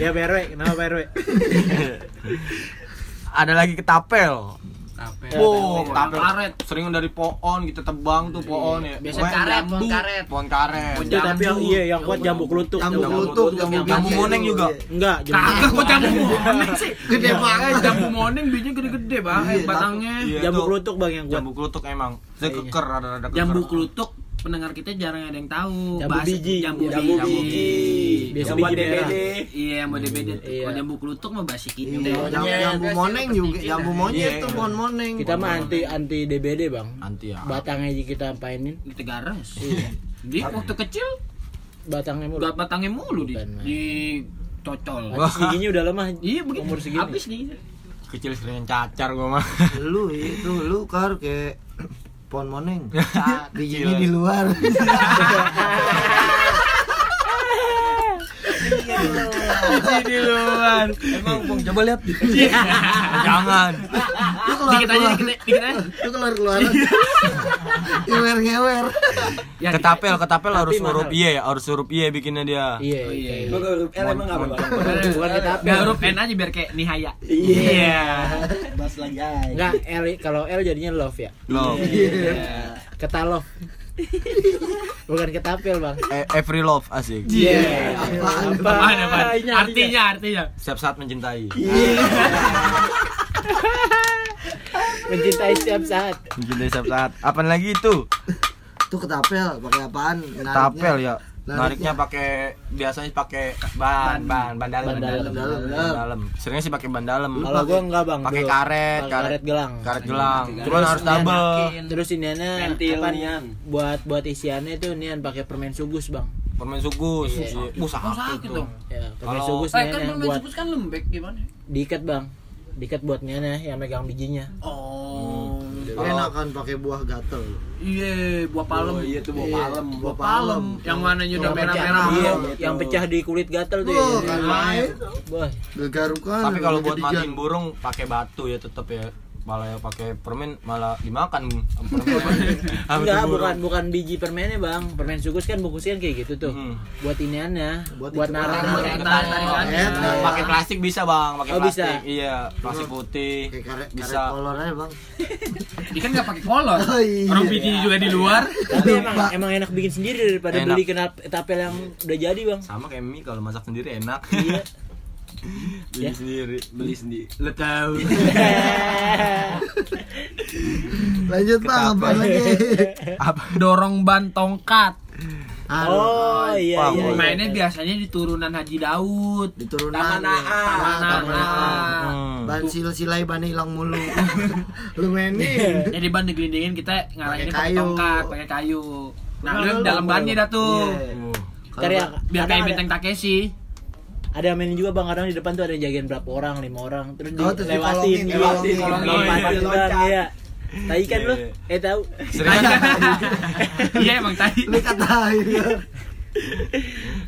[SPEAKER 4] Ya PRW, kenapa PRW?
[SPEAKER 1] Ada lagi ketapel.
[SPEAKER 2] Capek.
[SPEAKER 1] Wow,
[SPEAKER 2] iya.
[SPEAKER 1] ketapel
[SPEAKER 2] karet.
[SPEAKER 1] Sering dari pohon kita tebang tuh pohon ya.
[SPEAKER 2] Biasa
[SPEAKER 1] Pokoknya
[SPEAKER 2] karet, pohon
[SPEAKER 1] jambu.
[SPEAKER 2] karet.
[SPEAKER 1] Pohon karet.
[SPEAKER 2] Pohon
[SPEAKER 4] Itu tapi yang iya yang kuat jambu kelutuk.
[SPEAKER 3] Jambu
[SPEAKER 1] Jambu
[SPEAKER 3] kelutuk,
[SPEAKER 1] kelutuk,
[SPEAKER 3] jambu
[SPEAKER 1] jambu moneng juga.
[SPEAKER 4] Enggak, jambu.
[SPEAKER 2] Kagak kok jambu moning sih.
[SPEAKER 3] Gede banget.
[SPEAKER 2] Jambu moning bijinya gede-gede banget
[SPEAKER 3] Iya,
[SPEAKER 2] batangnya.
[SPEAKER 1] Iya,
[SPEAKER 4] Jambu
[SPEAKER 1] itu
[SPEAKER 4] kelutuk Bang yang kuat.
[SPEAKER 1] Jambu kelutuk emang. Saya keker rada-rada keker.
[SPEAKER 2] Jambu kelutuk pendengar kita jarang ada yang tahu.
[SPEAKER 4] Jambu
[SPEAKER 2] Bahasa-
[SPEAKER 4] biji.
[SPEAKER 2] Jambu biji.
[SPEAKER 4] Jambu
[SPEAKER 2] Jambu
[SPEAKER 4] biji. Biasa
[SPEAKER 2] Yang
[SPEAKER 4] biji
[SPEAKER 2] buat
[SPEAKER 4] merah.
[SPEAKER 2] Iya, yang beda beda. Kalau jambu kelutuk mah basi kita.
[SPEAKER 3] Jambu, Iya, jambu moneng juga, jambu monyet
[SPEAKER 1] Iya.
[SPEAKER 3] tuh pohon moneng.
[SPEAKER 4] Kita mah anti anti DBD, Bang.
[SPEAKER 1] Anti ya.
[SPEAKER 4] Batangnya aja kita painin,
[SPEAKER 2] Di Tegaras. Di waktu kecil
[SPEAKER 4] batangnya mulu.
[SPEAKER 2] buat batangnya mulu di
[SPEAKER 4] Bukan, Mas.
[SPEAKER 2] dicocol.
[SPEAKER 4] Habis giginya udah lemah.
[SPEAKER 2] Iya begitu.
[SPEAKER 4] Umur segini.
[SPEAKER 2] Habis nih.
[SPEAKER 1] Kecil sering cacar gua mah.
[SPEAKER 3] Lu itu lu kar kayak pohon moneng.
[SPEAKER 1] Kecil.
[SPEAKER 3] Bijinya di luar.
[SPEAKER 4] Jadi luan. Emang Bang coba lihat.
[SPEAKER 1] *laughs* Jangan.
[SPEAKER 3] Lu keluar
[SPEAKER 2] Dikit aja
[SPEAKER 3] keluar.
[SPEAKER 2] dikit dikit aja.
[SPEAKER 3] Lu keluar *laughs* keluaran. Ngewer ngewer.
[SPEAKER 2] Ya,
[SPEAKER 1] ketapel, ketapel harus
[SPEAKER 4] mahal.
[SPEAKER 1] huruf Y ya, harus huruf Y bikinnya dia.
[SPEAKER 4] Iya,
[SPEAKER 2] Oh, iya,
[SPEAKER 4] iya.
[SPEAKER 2] iya.
[SPEAKER 4] iya.
[SPEAKER 5] emang apa
[SPEAKER 4] Bukan kita
[SPEAKER 2] Gak huruf N Ya, aja biar kayak Nihaya.
[SPEAKER 4] Iya.
[SPEAKER 5] Bahas lagi aja.
[SPEAKER 4] Enggak L kalau L jadinya love ya.
[SPEAKER 1] Love.
[SPEAKER 4] Keta *laughs* love. Bukan ketapel, Bang.
[SPEAKER 1] Eh, Every love asik.
[SPEAKER 4] Iya.
[SPEAKER 3] Apaan?
[SPEAKER 2] Apaan, apaan? Artinya, artinya.
[SPEAKER 1] Setiap saat mencintai.
[SPEAKER 4] Mencintai setiap saat.
[SPEAKER 1] Mencintai setiap saat. Apaan lagi itu?
[SPEAKER 3] Tuh ketapel pakai apaan?
[SPEAKER 1] Ketapel ya.
[SPEAKER 3] Nariknya.
[SPEAKER 1] Nariknya pakai biasanya pakai ban, ban, ban dalam,
[SPEAKER 4] Ban dalam,
[SPEAKER 3] ban dalam.
[SPEAKER 1] Ban dalam. Seringnya sih pakai ban dalam.
[SPEAKER 4] Kalau gua enggak, Bang.
[SPEAKER 1] pakai
[SPEAKER 4] dulu.
[SPEAKER 1] karet, karet,
[SPEAKER 4] Pakai karet gelang. Iya.
[SPEAKER 1] Karet gelang. Cuman
[SPEAKER 2] ya,
[SPEAKER 1] harus double.
[SPEAKER 4] Terus iniannya apa, buat buat isiannya tuh nian pakai permen sugus, Bang.
[SPEAKER 1] Permen
[SPEAKER 4] Iya.
[SPEAKER 1] sugus. Uh,
[SPEAKER 2] Oh,
[SPEAKER 1] sakit
[SPEAKER 2] sakit
[SPEAKER 1] tuh.
[SPEAKER 2] dong.
[SPEAKER 4] Ya, permen
[SPEAKER 1] Kalau-
[SPEAKER 4] sugus
[SPEAKER 2] Eh,
[SPEAKER 4] nian
[SPEAKER 2] kan
[SPEAKER 4] yang
[SPEAKER 2] belum
[SPEAKER 4] buat
[SPEAKER 2] disebut kan lembek gimana?
[SPEAKER 4] diikat, Bang. Diikat buat nian ya, yang megang bijinya.
[SPEAKER 2] Oh.
[SPEAKER 3] Enakan kan pakai buah gatel.
[SPEAKER 2] Iya, buah palem.
[SPEAKER 5] Iya tuh bawa palem.
[SPEAKER 3] Buah
[SPEAKER 2] Palem
[SPEAKER 3] palem.
[SPEAKER 2] yang warnanya udah
[SPEAKER 4] Yang pecah-
[SPEAKER 2] merah-merah.
[SPEAKER 4] iya,
[SPEAKER 2] Iya.
[SPEAKER 4] yang pecah di kulit gatel tuh.
[SPEAKER 3] Tuh
[SPEAKER 4] ya.
[SPEAKER 3] kan main.
[SPEAKER 4] Wah,
[SPEAKER 3] Gegarukan.
[SPEAKER 1] Tapi kalau buat
[SPEAKER 3] ketijan.
[SPEAKER 1] matiin burung pakai batu ya tetap ya. Malah yang pakai permen malah
[SPEAKER 4] *laughs*
[SPEAKER 1] dimakan. Permen. Apa
[SPEAKER 4] Enggak,
[SPEAKER 1] tuh burung?
[SPEAKER 4] bukan bukan biji permennya, Bang. Permen sugus kan bungkusnya kan kayak gitu tuh.
[SPEAKER 1] Hmm.
[SPEAKER 4] Buat iniannya,
[SPEAKER 3] Buat
[SPEAKER 4] buat,
[SPEAKER 3] dicetak.
[SPEAKER 4] narik-narik.
[SPEAKER 2] Tarik-tarikannya.
[SPEAKER 3] Enak.
[SPEAKER 1] Iya. Pakai plastik bisa bang, pakai
[SPEAKER 4] Iya. Oh, bisa?
[SPEAKER 1] plastik. Iya, plastik putih.
[SPEAKER 3] Kayak karet karet
[SPEAKER 1] bisa.
[SPEAKER 3] kolor aja bang.
[SPEAKER 2] Ikan kan nggak pakai kolor.
[SPEAKER 3] Oh, iya.
[SPEAKER 2] Orang bijinya juga di luar.
[SPEAKER 4] Tapi emang emang enak bikin sendiri daripada
[SPEAKER 1] Enak.
[SPEAKER 4] beli kenal tapel yang udah jadi, Bang.
[SPEAKER 1] Sama kayak mie kalau masak sendiri enak.
[SPEAKER 4] Iya.
[SPEAKER 1] *laughs* Beli
[SPEAKER 4] Ya.
[SPEAKER 1] sendiri, beli sendiri.
[SPEAKER 2] Lo tahu.
[SPEAKER 3] Lanjut bang, apa
[SPEAKER 1] Ketapel.
[SPEAKER 3] *laughs* lagi?
[SPEAKER 4] Iya.
[SPEAKER 1] Apa?
[SPEAKER 2] Dorong ban tongkat.
[SPEAKER 4] *laughs* oh, iya
[SPEAKER 1] Paham.
[SPEAKER 4] iya. iya.
[SPEAKER 2] Mainnya biasanya di turunan Haji Daud.
[SPEAKER 3] Diturunan.
[SPEAKER 5] Taman
[SPEAKER 3] ya.
[SPEAKER 5] AA.
[SPEAKER 3] Taman
[SPEAKER 2] Taman
[SPEAKER 4] Ah,
[SPEAKER 3] AA.
[SPEAKER 2] AA.
[SPEAKER 1] Hmm.
[SPEAKER 3] Ban sil silai ban hilang mulu. Lu mainin.
[SPEAKER 2] Jadi ban digelindingin kita ngarahinnya
[SPEAKER 3] Pakai
[SPEAKER 2] pakai
[SPEAKER 3] kayu.
[SPEAKER 2] tongkat, pakai kayu. Nah,
[SPEAKER 3] Lu-
[SPEAKER 2] lu
[SPEAKER 3] lu-
[SPEAKER 2] dalam
[SPEAKER 3] lu-
[SPEAKER 2] bannya dah tuh.
[SPEAKER 3] Iya. Kalau
[SPEAKER 4] Ntar yang-
[SPEAKER 2] Biar
[SPEAKER 4] kadang
[SPEAKER 2] kayak benteng Takeshi.
[SPEAKER 4] Ada, ada yang mainin juga Bang kadang di depan tuh ada yang jagain berapa orang, lima orang. Terus
[SPEAKER 3] Oh, terus
[SPEAKER 4] dilewatin,
[SPEAKER 3] dikolongin,
[SPEAKER 4] lewatin,
[SPEAKER 3] dikolongin.
[SPEAKER 4] lewatin,
[SPEAKER 5] Iya,
[SPEAKER 4] Bang,
[SPEAKER 5] loncat.
[SPEAKER 4] iya. Tai kan
[SPEAKER 1] Iya,
[SPEAKER 4] lu?
[SPEAKER 1] iya.
[SPEAKER 2] *laughs*
[SPEAKER 4] *laughs* Eh tahu.
[SPEAKER 1] Sering
[SPEAKER 2] Iya emang tadi.
[SPEAKER 3] Lu kata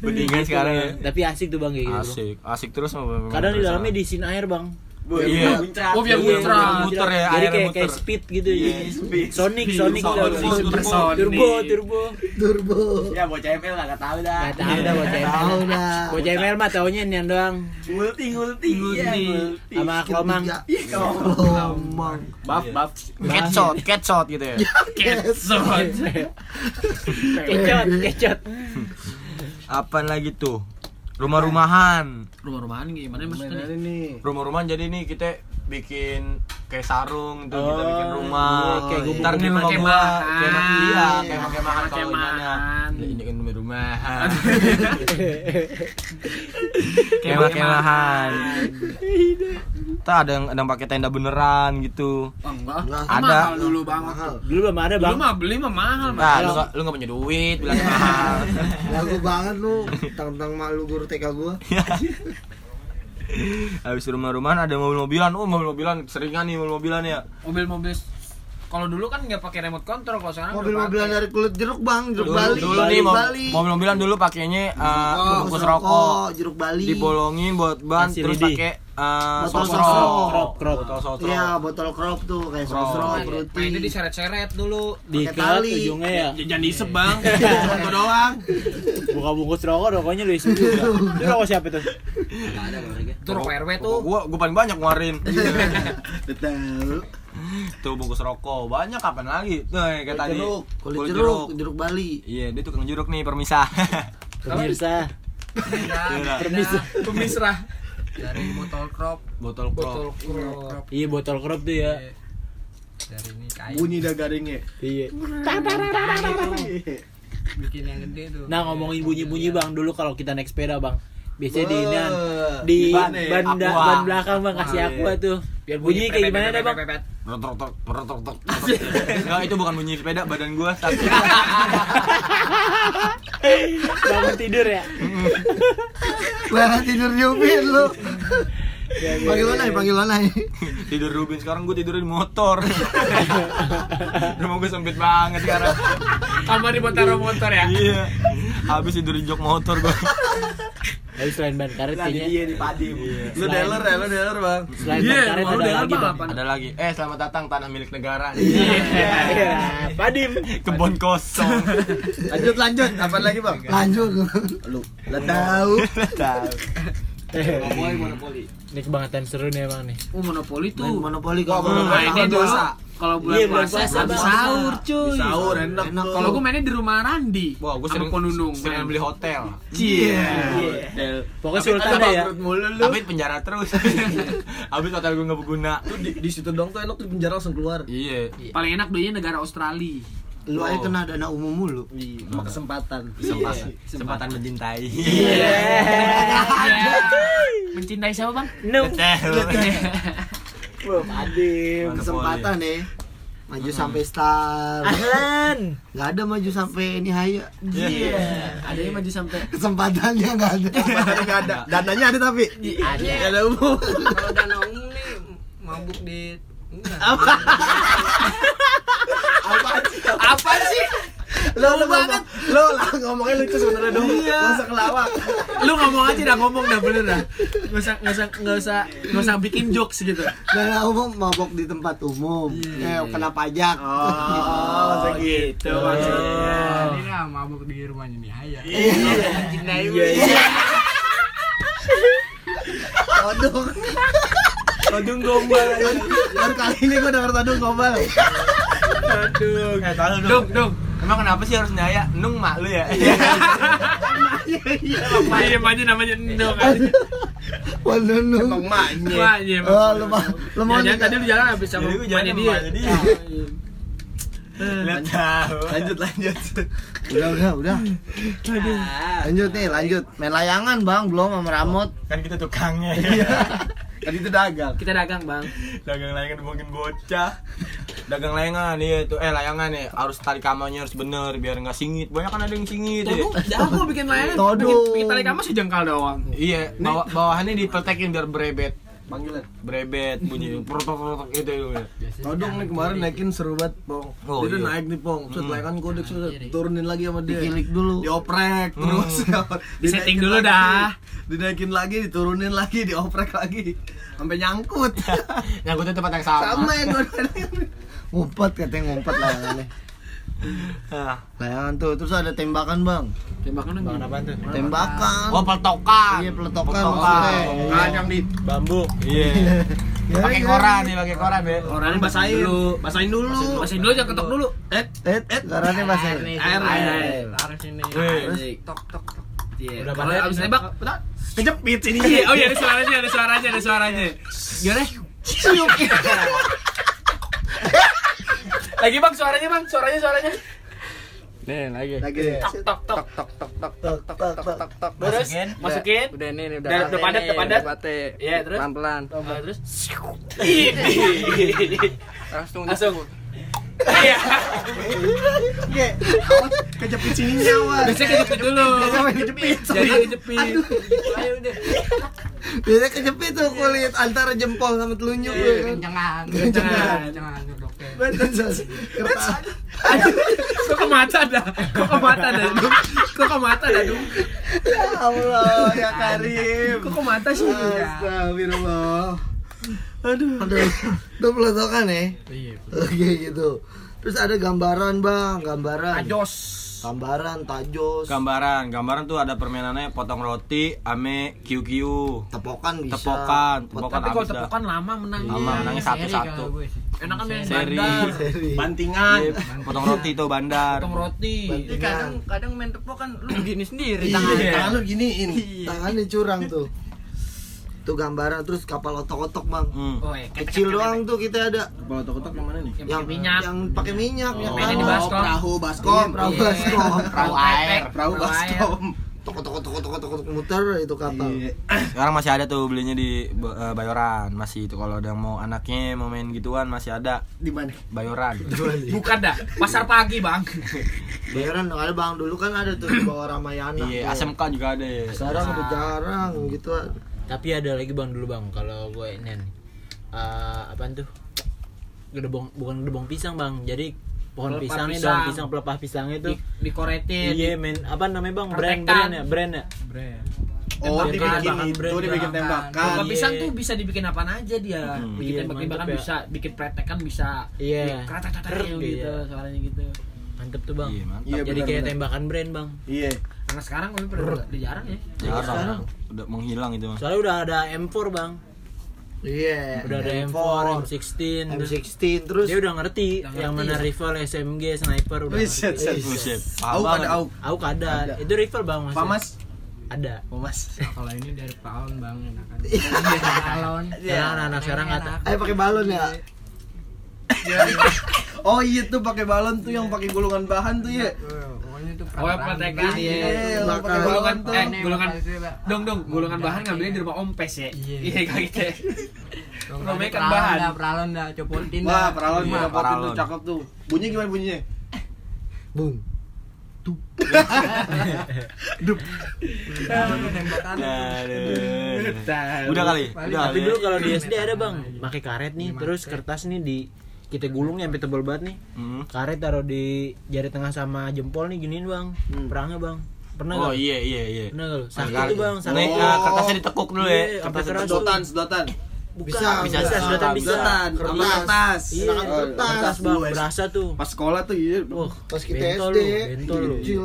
[SPEAKER 1] Betingan sekarang ya.
[SPEAKER 4] Gitu. Tapi asik tuh bang kayak gitu. Bang.
[SPEAKER 1] Asik, asik terus sama Bang.
[SPEAKER 4] Kadang di dalamnya diisiin air bang.
[SPEAKER 1] Iya.
[SPEAKER 2] Oh, biar
[SPEAKER 1] Iya,
[SPEAKER 2] muter.
[SPEAKER 1] muter ya,
[SPEAKER 4] Jadi
[SPEAKER 1] airnya
[SPEAKER 4] kayak
[SPEAKER 1] muter.
[SPEAKER 4] kayak speed gitu
[SPEAKER 1] Iya,
[SPEAKER 4] ya.
[SPEAKER 5] speed.
[SPEAKER 4] Sonic,
[SPEAKER 2] Speed.
[SPEAKER 4] Sonic,
[SPEAKER 2] Sonic,
[SPEAKER 4] tau.
[SPEAKER 2] Sonic,
[SPEAKER 4] Super
[SPEAKER 2] Sonic.
[SPEAKER 4] turbo,
[SPEAKER 1] Iya.
[SPEAKER 4] turbo.
[SPEAKER 3] turbo
[SPEAKER 5] Ya bocah ML gak tahu dah.
[SPEAKER 4] Gak tau dah bocah
[SPEAKER 3] tahu
[SPEAKER 4] ML.
[SPEAKER 3] dah
[SPEAKER 4] Bocah ML mah taunya nian doang.
[SPEAKER 5] Ngulti ngulti. Iya
[SPEAKER 2] Ngulti.
[SPEAKER 5] ngulti.
[SPEAKER 4] Sama Klomang.
[SPEAKER 3] Ketiga.
[SPEAKER 5] Ih, kalau-
[SPEAKER 3] Klomang
[SPEAKER 2] Buff, buff.
[SPEAKER 1] Catshot, catshot gitu
[SPEAKER 4] *laughs*
[SPEAKER 1] ya.
[SPEAKER 2] Kesot.
[SPEAKER 4] Kecot, kecot.
[SPEAKER 1] Apaan lagi tuh? Rumah-rumahan.
[SPEAKER 2] Rumah-rumahan gimana maksudnya? nih?
[SPEAKER 4] Iya.
[SPEAKER 1] Rumah-rumahan jadi nih kita bikin kayak sarung tuh kita
[SPEAKER 4] Oh,
[SPEAKER 1] bikin rumah.
[SPEAKER 4] iya, kayak
[SPEAKER 1] Ntar nih rumah
[SPEAKER 2] kemah-kemahan.
[SPEAKER 1] gua kayak iya, kayak kemahan kalau
[SPEAKER 2] Kemah-kemahan.
[SPEAKER 1] gimana. Ini kan
[SPEAKER 4] *laughs*
[SPEAKER 1] rumah-rumahan.
[SPEAKER 2] Kemah-kemahan.
[SPEAKER 1] Kemah-kemahan. Kita ada yang ada yang pakai tenda beneran gitu.
[SPEAKER 2] Wah, enggak.
[SPEAKER 3] Enggak.
[SPEAKER 2] Mahal
[SPEAKER 1] Ada.
[SPEAKER 2] dulu bang.
[SPEAKER 4] Dulu belum ada
[SPEAKER 2] Dulu
[SPEAKER 4] bang.
[SPEAKER 2] mah beli mah mahal bang.
[SPEAKER 1] Nah,
[SPEAKER 4] Iya.
[SPEAKER 1] lu gak, lu gak punya duit, bilang
[SPEAKER 4] *laughs*
[SPEAKER 1] mahal.
[SPEAKER 3] lagu banget lu tentang malu guru TK gua
[SPEAKER 1] *laughs* Habis rumah-rumahan ada mobil-mobilan. Oh, mobil-mobilan seringan nih mobil-mobilan ya.
[SPEAKER 2] Mobil-mobil kalau dulu kan nggak pakai remote control kalau sekarang udah
[SPEAKER 3] mobil-mobilan
[SPEAKER 2] pakai.
[SPEAKER 3] dari kulit jeruk bang jeruk
[SPEAKER 1] Dulu,
[SPEAKER 3] Bali
[SPEAKER 1] dulu
[SPEAKER 3] Bali,
[SPEAKER 1] nih mo-
[SPEAKER 3] Bali Oh,
[SPEAKER 1] mobil-mobilan dulu pakainya eh, bungkus
[SPEAKER 3] Bungkus
[SPEAKER 1] rokok.
[SPEAKER 3] jeruk Bali
[SPEAKER 1] dibolongin buat ban
[SPEAKER 4] Kasih
[SPEAKER 1] terus
[SPEAKER 4] lidi.
[SPEAKER 1] pakai eh
[SPEAKER 3] Botol
[SPEAKER 1] sosro.
[SPEAKER 3] sosro.
[SPEAKER 4] Krop, krop.
[SPEAKER 1] Botol sosro.
[SPEAKER 3] Iya, botol crop tuh kayak
[SPEAKER 1] Crop.
[SPEAKER 2] Oh,
[SPEAKER 3] sosro,
[SPEAKER 1] Pakai-
[SPEAKER 2] Mainnya
[SPEAKER 3] fruity.
[SPEAKER 2] iya. Nah, diseret-seret dulu.
[SPEAKER 3] Pakai
[SPEAKER 4] Diikat
[SPEAKER 3] tali.
[SPEAKER 4] ujungnya ya.
[SPEAKER 2] Jangan diisep bang. Foto doang.
[SPEAKER 4] Buka bungkus rokok, rokoknya lu isi dulu. Itu rokok siapa tuh?
[SPEAKER 2] Itu rokok RW tuh.
[SPEAKER 1] Tuh gua gua paling banyak ngeluarin.
[SPEAKER 3] Betul.
[SPEAKER 1] *laughs* Tuh bungkus rokok. Banyak kapan lagi? Tuh yang kayak tadi.
[SPEAKER 3] Jeruk, kulit jeruk, jeruk Bali.
[SPEAKER 1] Iya, dia tukang jeruk nih, permisa.
[SPEAKER 4] Pemirsa.
[SPEAKER 1] Iya.
[SPEAKER 2] Pemisrah. Pemisrah. Dari botol crop,
[SPEAKER 1] *laughs* Botol
[SPEAKER 2] botol
[SPEAKER 1] krok.
[SPEAKER 2] crop.
[SPEAKER 4] Iya botol crop tuh ya.
[SPEAKER 2] Dari ini kayu.
[SPEAKER 5] Bunyi dah
[SPEAKER 4] *laughs*
[SPEAKER 5] garingnya.
[SPEAKER 4] Iya.
[SPEAKER 2] Bikin yang gede tuh. Iya.
[SPEAKER 4] Nah ngomongin bunyi-bunyi bang dulu kalau kita naik sepeda bang biasanya di ini
[SPEAKER 5] Wah.
[SPEAKER 4] di
[SPEAKER 5] Di ban,
[SPEAKER 4] ban,
[SPEAKER 5] eh.
[SPEAKER 4] ban, da-
[SPEAKER 1] ya? Aqua.
[SPEAKER 4] ban belakang bang kasih
[SPEAKER 1] Aqua,
[SPEAKER 4] aqua
[SPEAKER 1] iya.
[SPEAKER 4] tuh biar bunyi kayak gimana deh bang
[SPEAKER 1] Rotok rotok rotok rotok. *laughs* Enggak, itu bukan bunyi sepeda, badan gua sakit.
[SPEAKER 4] bangun tidur ya
[SPEAKER 3] Lah tidur nyupir lu. Panggil Onai, panggil Onai.
[SPEAKER 1] Tidur Rubin sekarang gua tidur di motor. Rumah gua sempit banget sekarang.
[SPEAKER 2] Kamar di botol motor ya.
[SPEAKER 1] Iya. Habis tidur di jok motor gua.
[SPEAKER 4] tapi selain ban karet
[SPEAKER 5] Nah, di
[SPEAKER 4] kayaknya
[SPEAKER 5] dia di padi.
[SPEAKER 1] Iya.
[SPEAKER 5] Lu
[SPEAKER 4] Selain-
[SPEAKER 5] dealer ya, lu dealer bang.
[SPEAKER 4] selain
[SPEAKER 2] Iya,
[SPEAKER 4] ban karet
[SPEAKER 2] rumah lu
[SPEAKER 4] ada
[SPEAKER 2] daerah
[SPEAKER 4] lagi
[SPEAKER 2] bang
[SPEAKER 4] bang
[SPEAKER 2] apa?
[SPEAKER 1] Ada lagi. Eh, selamat datang tanah milik negara. Iya.
[SPEAKER 4] Iya, padim
[SPEAKER 1] Kebun kosong.
[SPEAKER 5] Lanjut lanjut. Apa lagi bang?
[SPEAKER 3] Lanjut lu.
[SPEAKER 5] Lu.
[SPEAKER 3] Lah tahu.
[SPEAKER 5] Monopoli monopoli.
[SPEAKER 4] ini kebangetan seru nih bang nih
[SPEAKER 2] Oh, monopoli tuh.
[SPEAKER 3] Main monopoli kok.
[SPEAKER 5] Gua monopoli.
[SPEAKER 2] Mainnya dulu
[SPEAKER 5] Puasa.
[SPEAKER 2] kalau
[SPEAKER 4] Iya,
[SPEAKER 2] bulan
[SPEAKER 4] bulan
[SPEAKER 2] puasa,
[SPEAKER 4] puasa,
[SPEAKER 2] habis
[SPEAKER 4] Bang.
[SPEAKER 2] sahur cuy.
[SPEAKER 5] Sahur enak.
[SPEAKER 3] Enak
[SPEAKER 2] Kalau gue mainnya di rumah Randi.
[SPEAKER 1] Wah, gue
[SPEAKER 2] sama
[SPEAKER 1] sering,
[SPEAKER 2] Ponunung. Iya.
[SPEAKER 1] sering
[SPEAKER 2] main.
[SPEAKER 1] beli hotel.
[SPEAKER 5] Cie.
[SPEAKER 4] Iya. pokoknya sultan deh ya
[SPEAKER 5] Mulu lu.
[SPEAKER 1] Tapi penjara terus. Habis hotel gue nggak berguna.
[SPEAKER 5] Lu di, di situ dong tuh enak tuh penjara langsung keluar.
[SPEAKER 1] Iya.
[SPEAKER 2] Paling enak belinya negara Australia.
[SPEAKER 3] lu aja kena dana umum mulu.
[SPEAKER 5] Iya, sama kesempatan. Iya.
[SPEAKER 1] Kesempatan, kesempatan mencintai. *laughs*
[SPEAKER 2] Iya. Mencintai siapa, Bang?
[SPEAKER 4] no
[SPEAKER 1] Hotel.
[SPEAKER 5] Iya,
[SPEAKER 4] padim
[SPEAKER 1] Monopoli.
[SPEAKER 3] Kesempatan ya. Maju sampai star.
[SPEAKER 4] ahlan
[SPEAKER 3] Gak ada maju sampai ini haya.
[SPEAKER 1] Iya.
[SPEAKER 2] Ada yang maju sampai
[SPEAKER 3] Kesempatannya gak ada.
[SPEAKER 5] Kesempatan *laughs* nggak ada. Dananya ada tapi.
[SPEAKER 4] ada
[SPEAKER 5] Gak ada umum.
[SPEAKER 6] Iya. Kalau udah nongkrong nih mabuk di enggak.
[SPEAKER 2] apa sih?
[SPEAKER 5] Lo lo banget. Lo lah ngomongnya lucu sebenarnya dong. Iya. Gak usah kelawak.
[SPEAKER 2] Lu ngomong aja dah ngomong dah bener dah. Enggak usah enggak usah enggak usah nggak usah bikin jokes gitu.
[SPEAKER 3] Dana Nah, umum mabok di tempat umum.
[SPEAKER 5] Iya.
[SPEAKER 3] Eh, kena pajak.
[SPEAKER 5] Oh, segitu
[SPEAKER 1] Iya.
[SPEAKER 5] maksudnya. Iya.
[SPEAKER 2] Ini lah mabuk di rumahnya nih Haya.
[SPEAKER 1] Iya.
[SPEAKER 2] Iya.
[SPEAKER 6] Mencintai
[SPEAKER 3] Todong.
[SPEAKER 5] Todung gombal.
[SPEAKER 1] *laughs*
[SPEAKER 3] Baru kali ini gue denger todong gombal.
[SPEAKER 1] Eh, tahu dong.
[SPEAKER 2] Dong, dong.
[SPEAKER 1] Emang kenapa sih harus nyaya? Nung mak lu ya. *laughs*
[SPEAKER 2] Iya, aja namanya Dong.
[SPEAKER 3] Waduh lu.
[SPEAKER 5] Emang maknya.
[SPEAKER 2] Maknya.
[SPEAKER 3] Oh, lu mah lu
[SPEAKER 2] Jangan
[SPEAKER 3] mau
[SPEAKER 2] iya.
[SPEAKER 3] nikah.
[SPEAKER 2] tadi lu jalan habis sama
[SPEAKER 1] Jadi gue
[SPEAKER 2] mainnya
[SPEAKER 1] jadi
[SPEAKER 2] dia. Iya.
[SPEAKER 1] dia. Jadi. Lihat tahu.
[SPEAKER 5] Lanjut lanjut.
[SPEAKER 3] Udah udah udah. Lanjut nih, lanjut. Main layangan, Bang, belum sama Ramot.
[SPEAKER 1] Kan kita tukangnya.
[SPEAKER 5] Iya. Tadi itu dagang.
[SPEAKER 2] Kita dagang, Bang.
[SPEAKER 1] *laughs* Dagang layangan mungkin bocah. Dagang layangan iya tuh. Eh, layangan ya harus tarik kamarnya harus bener biar nggak singit. Banyak kan ada yang singit. ya.
[SPEAKER 2] Todong, jago bikin layanan.
[SPEAKER 3] Iya. Todong.
[SPEAKER 2] Bikin- Bikin tali kamu sejengkal doang.
[SPEAKER 1] Iya, bawa- bawahannya dipeltekin biar berebet.
[SPEAKER 5] panggilan
[SPEAKER 1] brebet bunyi protok-protok gitu ya.
[SPEAKER 5] Todong nih kemarin naikin seru banget pong
[SPEAKER 1] Oh,
[SPEAKER 5] Dia udah
[SPEAKER 1] iya.
[SPEAKER 5] naik nih pong Set kan kodek
[SPEAKER 2] Iya,
[SPEAKER 5] set Turunin lagi sama dia
[SPEAKER 3] Dikilik Hmm. dulu. Hmm.
[SPEAKER 5] Dioprek terus *laughs*
[SPEAKER 2] Di setting
[SPEAKER 5] Dinaikin
[SPEAKER 2] dulu
[SPEAKER 5] lagi.
[SPEAKER 2] dah.
[SPEAKER 5] Dinaikin lagi, diturunin lagi, dioprek lagi Sampai
[SPEAKER 3] *laughs*
[SPEAKER 5] nyangkut
[SPEAKER 4] Nyangkutnya tempat yang sama.
[SPEAKER 5] Sama yang gue
[SPEAKER 3] Ngumpet katanya ngumpet
[SPEAKER 5] *laughs*
[SPEAKER 3] layangannya.
[SPEAKER 1] Ah.
[SPEAKER 3] Layangan tuh terus ada tembakan, Bang.
[SPEAKER 2] Tembakan dong.
[SPEAKER 4] tuh?
[SPEAKER 3] Tembakan.
[SPEAKER 4] Oh, peltokan.
[SPEAKER 3] Iya, peletokan maksudnya.
[SPEAKER 4] Peltokan yang di bambu.
[SPEAKER 1] Iya.
[SPEAKER 3] Ya,
[SPEAKER 1] Pakai
[SPEAKER 3] ya.
[SPEAKER 1] koran nih, pakai koran ya.
[SPEAKER 5] Orang basahin dulu Basahin dulu
[SPEAKER 2] Masih dulu jangan ketok dulu.
[SPEAKER 5] Eh,
[SPEAKER 3] Eh, eh, korannya masih.
[SPEAKER 5] air, air, air.
[SPEAKER 2] Harus ini.
[SPEAKER 1] Wih.
[SPEAKER 2] Tok tok tok. Iya.
[SPEAKER 4] Udah
[SPEAKER 2] Kalau
[SPEAKER 4] balik.
[SPEAKER 2] abis nembak, betul?
[SPEAKER 5] Kejepit sini
[SPEAKER 2] Iya, oh iya ada suaranya, ada suaranya, ada suaranya. Iya, Gimana? Lagi bang, suaranya bang, suaranya suaranya.
[SPEAKER 4] Nih, lagi.
[SPEAKER 3] Lagi.
[SPEAKER 2] Tok tok tok.
[SPEAKER 3] Tok tok tok tok.
[SPEAKER 2] Terus masukin. Ya.
[SPEAKER 4] Udah nih, udah.
[SPEAKER 2] Udah- udah padat, udah padat. Iya, terus?
[SPEAKER 4] Pelan-pelan.
[SPEAKER 2] Ah, Terus.
[SPEAKER 4] Langsung
[SPEAKER 2] Langsung. Iya.
[SPEAKER 5] Kejepit sini nyawa
[SPEAKER 2] Biasanya kejepit dulu.
[SPEAKER 5] Kejepit *laughs*
[SPEAKER 2] Jadi kejepit. Ayo udah.
[SPEAKER 3] Biasanya kejepit tuh kulit antara jempol sama
[SPEAKER 2] Iya,
[SPEAKER 3] telunjuk ya kan.
[SPEAKER 4] kencengan.
[SPEAKER 2] Nah, Jangan,
[SPEAKER 4] Kencengan.
[SPEAKER 2] jangan. dokter.
[SPEAKER 3] Kertas.
[SPEAKER 2] Kok ke mata dah? Kok ke mata dah? Dung? Kok ke mata dah? Dung?
[SPEAKER 3] Ya Allah, ya Karim.
[SPEAKER 2] Kok ke mata sih?
[SPEAKER 3] Astagfirullah. Aduh. Aduh. Itu pelosokan ya.
[SPEAKER 2] Iya.
[SPEAKER 3] Oke gitu. Terus ada gambaran, Bang, gambaran.
[SPEAKER 2] Jos.
[SPEAKER 3] Gambaran tajos.
[SPEAKER 1] Gambaran, gambaran tuh ada permainannya potong roti ame QQ.
[SPEAKER 3] tepokan bisa.
[SPEAKER 1] Tepokan, tepokan
[SPEAKER 2] Tapi kalau
[SPEAKER 1] abis dah.
[SPEAKER 2] tepokan lama menangnya.
[SPEAKER 1] Lama, menangnya
[SPEAKER 2] Seri
[SPEAKER 1] satu-satu.
[SPEAKER 2] kalau gue sih. Enak kan main
[SPEAKER 1] Seri.
[SPEAKER 2] bandar.
[SPEAKER 3] Seri.
[SPEAKER 5] Bantingan
[SPEAKER 1] Iya, potong roti tuh bandar.
[SPEAKER 2] Potong roti.
[SPEAKER 3] Iya.
[SPEAKER 6] Jadi kadang kadang main tepok kan lu gini sendiri
[SPEAKER 2] Iya.
[SPEAKER 5] Tangan-
[SPEAKER 6] tangannya.
[SPEAKER 5] Tangan lu giniin
[SPEAKER 1] Iya.
[SPEAKER 3] Tangannya curang tuh. Tuh gambaran terus kapal otok-otok, Bang.
[SPEAKER 1] Hmm.
[SPEAKER 2] Oh, iya.
[SPEAKER 3] Kecil doang tuh kita ada
[SPEAKER 5] Bawa tokotok yang mana nih?
[SPEAKER 2] Yang pakai minyak.
[SPEAKER 3] Yang pakai minyak, yang
[SPEAKER 2] mainnya di
[SPEAKER 3] taruh.
[SPEAKER 2] baskom.
[SPEAKER 5] Perahu baskom.
[SPEAKER 3] Iya, perahu baskom.
[SPEAKER 4] Perahu air.
[SPEAKER 5] Perahu baskom.
[SPEAKER 3] Tok tok tok tok tok tok muter itu kapal.
[SPEAKER 5] Iya.
[SPEAKER 1] Sekarang masih ada tuh belinya di eh, Bayoran, masih itu kalau ada yang mau anaknya mau main gituan masih ada
[SPEAKER 5] Di mana?
[SPEAKER 1] Bayoran.
[SPEAKER 2] Bukan dah, pasar pagi bang.
[SPEAKER 3] Bayaran dong, ada Bang dulu kan ada tuh di bawah Ramayana.
[SPEAKER 1] Iya,
[SPEAKER 3] tuh.
[SPEAKER 1] ASMK juga ada ya.
[SPEAKER 3] Sekarang udah jarang gitu.
[SPEAKER 4] Tapi ada lagi bang dulu bang, kalau gue nen, Eh, apaan tuh? Gedebong, bukan gedebong pisang bang, jadi pohon
[SPEAKER 2] Pelepah
[SPEAKER 4] pisangnya
[SPEAKER 2] pisang.
[SPEAKER 4] daun pisang pelepah pisangnya tuh
[SPEAKER 2] Dikoretin.
[SPEAKER 4] iya men apa namanya bang brand
[SPEAKER 2] Pertekan.
[SPEAKER 4] brand ya brand ya
[SPEAKER 5] Oh,
[SPEAKER 4] Tembakan,
[SPEAKER 5] dibikin
[SPEAKER 4] tembakan
[SPEAKER 5] itu,
[SPEAKER 4] brand,
[SPEAKER 5] dibikin
[SPEAKER 4] tembakan.
[SPEAKER 5] tembakan.
[SPEAKER 2] Kalau
[SPEAKER 4] Iya.
[SPEAKER 2] pisang tuh bisa dibikin apaan aja dia.
[SPEAKER 1] Hmm.
[SPEAKER 2] Bikin
[SPEAKER 4] Iya,
[SPEAKER 2] tembak-tembakan
[SPEAKER 4] mantep ya.
[SPEAKER 2] bisa, bikin pretekan bisa.
[SPEAKER 4] Iya.
[SPEAKER 2] Kretek
[SPEAKER 4] Keren dia.
[SPEAKER 2] gitu, soalnya gitu.
[SPEAKER 4] mantep tuh bang
[SPEAKER 1] Iya, mantap.
[SPEAKER 5] Iya,
[SPEAKER 4] jadi
[SPEAKER 5] benar,
[SPEAKER 4] kayak
[SPEAKER 5] benar.
[SPEAKER 4] tembakan brand bang
[SPEAKER 5] Iya.
[SPEAKER 2] Karena sekarang udah udah- udah jarang ya.
[SPEAKER 1] Oh, Jarang. Udah menghilang itu, Mas.
[SPEAKER 4] soalnya udah ada M4 bang
[SPEAKER 5] Eh,
[SPEAKER 3] Iya.
[SPEAKER 4] udah ada M4, M16
[SPEAKER 3] M16 terus
[SPEAKER 4] dia udah ngerti
[SPEAKER 2] Udah
[SPEAKER 4] yang
[SPEAKER 2] ngerti, ya.
[SPEAKER 4] mana rifle SMG sniper udah ngerti.
[SPEAKER 5] Buset, set.
[SPEAKER 1] Buset,
[SPEAKER 5] Au
[SPEAKER 1] paham banget.
[SPEAKER 5] ada au.
[SPEAKER 4] Aku ada.
[SPEAKER 5] Ada.
[SPEAKER 4] Itu rifle bang maksudnya.
[SPEAKER 5] Pamas.
[SPEAKER 4] Ada.
[SPEAKER 5] Pamas.
[SPEAKER 2] *laughs* Kalau ini dari tahun bang enakan.
[SPEAKER 4] Salon. Sekarang anak-anak sekarang kata.
[SPEAKER 3] Ayo pakai balon
[SPEAKER 4] Iya.
[SPEAKER 3] ya.
[SPEAKER 5] Oh iya tuh pakai balon tuh yang pakai golongan bahan tuh ya.
[SPEAKER 2] Oh, ya, pretekan. Iya.
[SPEAKER 5] Iya,
[SPEAKER 3] bakal-
[SPEAKER 5] pakai balon
[SPEAKER 2] Golongan
[SPEAKER 5] tuh.
[SPEAKER 2] eh golongan dong dong golongan bahan ngambilnya di rumah ompes ya. Iya kayak gitu. ya. Rumah ikan bahan.
[SPEAKER 5] Wah, peralon
[SPEAKER 1] Iya,
[SPEAKER 5] gua dapetin
[SPEAKER 1] peralon.
[SPEAKER 5] tuh cakep tuh. Bunyi gimana bunyinya?
[SPEAKER 1] Aduh.
[SPEAKER 2] Tahu.
[SPEAKER 1] Udah kali, udah
[SPEAKER 4] Tapi
[SPEAKER 1] kali. ya?
[SPEAKER 4] dulu kalau di SD ada bang, pakai karet nih, terus kertas nih di kita gulung sampai tebel banget nih.
[SPEAKER 1] Hmm.
[SPEAKER 4] Karet taruh di jari tengah sama jempol nih giniin bang, perangnya bang. Pernah
[SPEAKER 1] Oh
[SPEAKER 4] nggak?
[SPEAKER 1] iya iya iya.
[SPEAKER 4] Pernah nggak? lu? Sakit
[SPEAKER 1] Sakit
[SPEAKER 4] tuh bang, sakit.
[SPEAKER 1] Nih,
[SPEAKER 5] Oh.
[SPEAKER 1] eh, kertasnya ditekuk dulu ya.
[SPEAKER 4] Iya, sampai
[SPEAKER 1] Kertasnya
[SPEAKER 4] keras
[SPEAKER 1] ditekuk.
[SPEAKER 5] Sedotan, sedotan.
[SPEAKER 4] Bukan,
[SPEAKER 3] Bisa,
[SPEAKER 4] bisa,
[SPEAKER 3] bisa.
[SPEAKER 4] sedotan bisa.
[SPEAKER 5] Sedotan, sama kertas.
[SPEAKER 4] Iya,
[SPEAKER 5] Enakan
[SPEAKER 4] kertas Oh. bang, berasa tuh.
[SPEAKER 5] Pas sekolah tuh iya.
[SPEAKER 4] Wah,
[SPEAKER 3] Pas kita
[SPEAKER 4] bentol
[SPEAKER 3] SD,
[SPEAKER 4] lu, bentol lu.
[SPEAKER 3] kecil.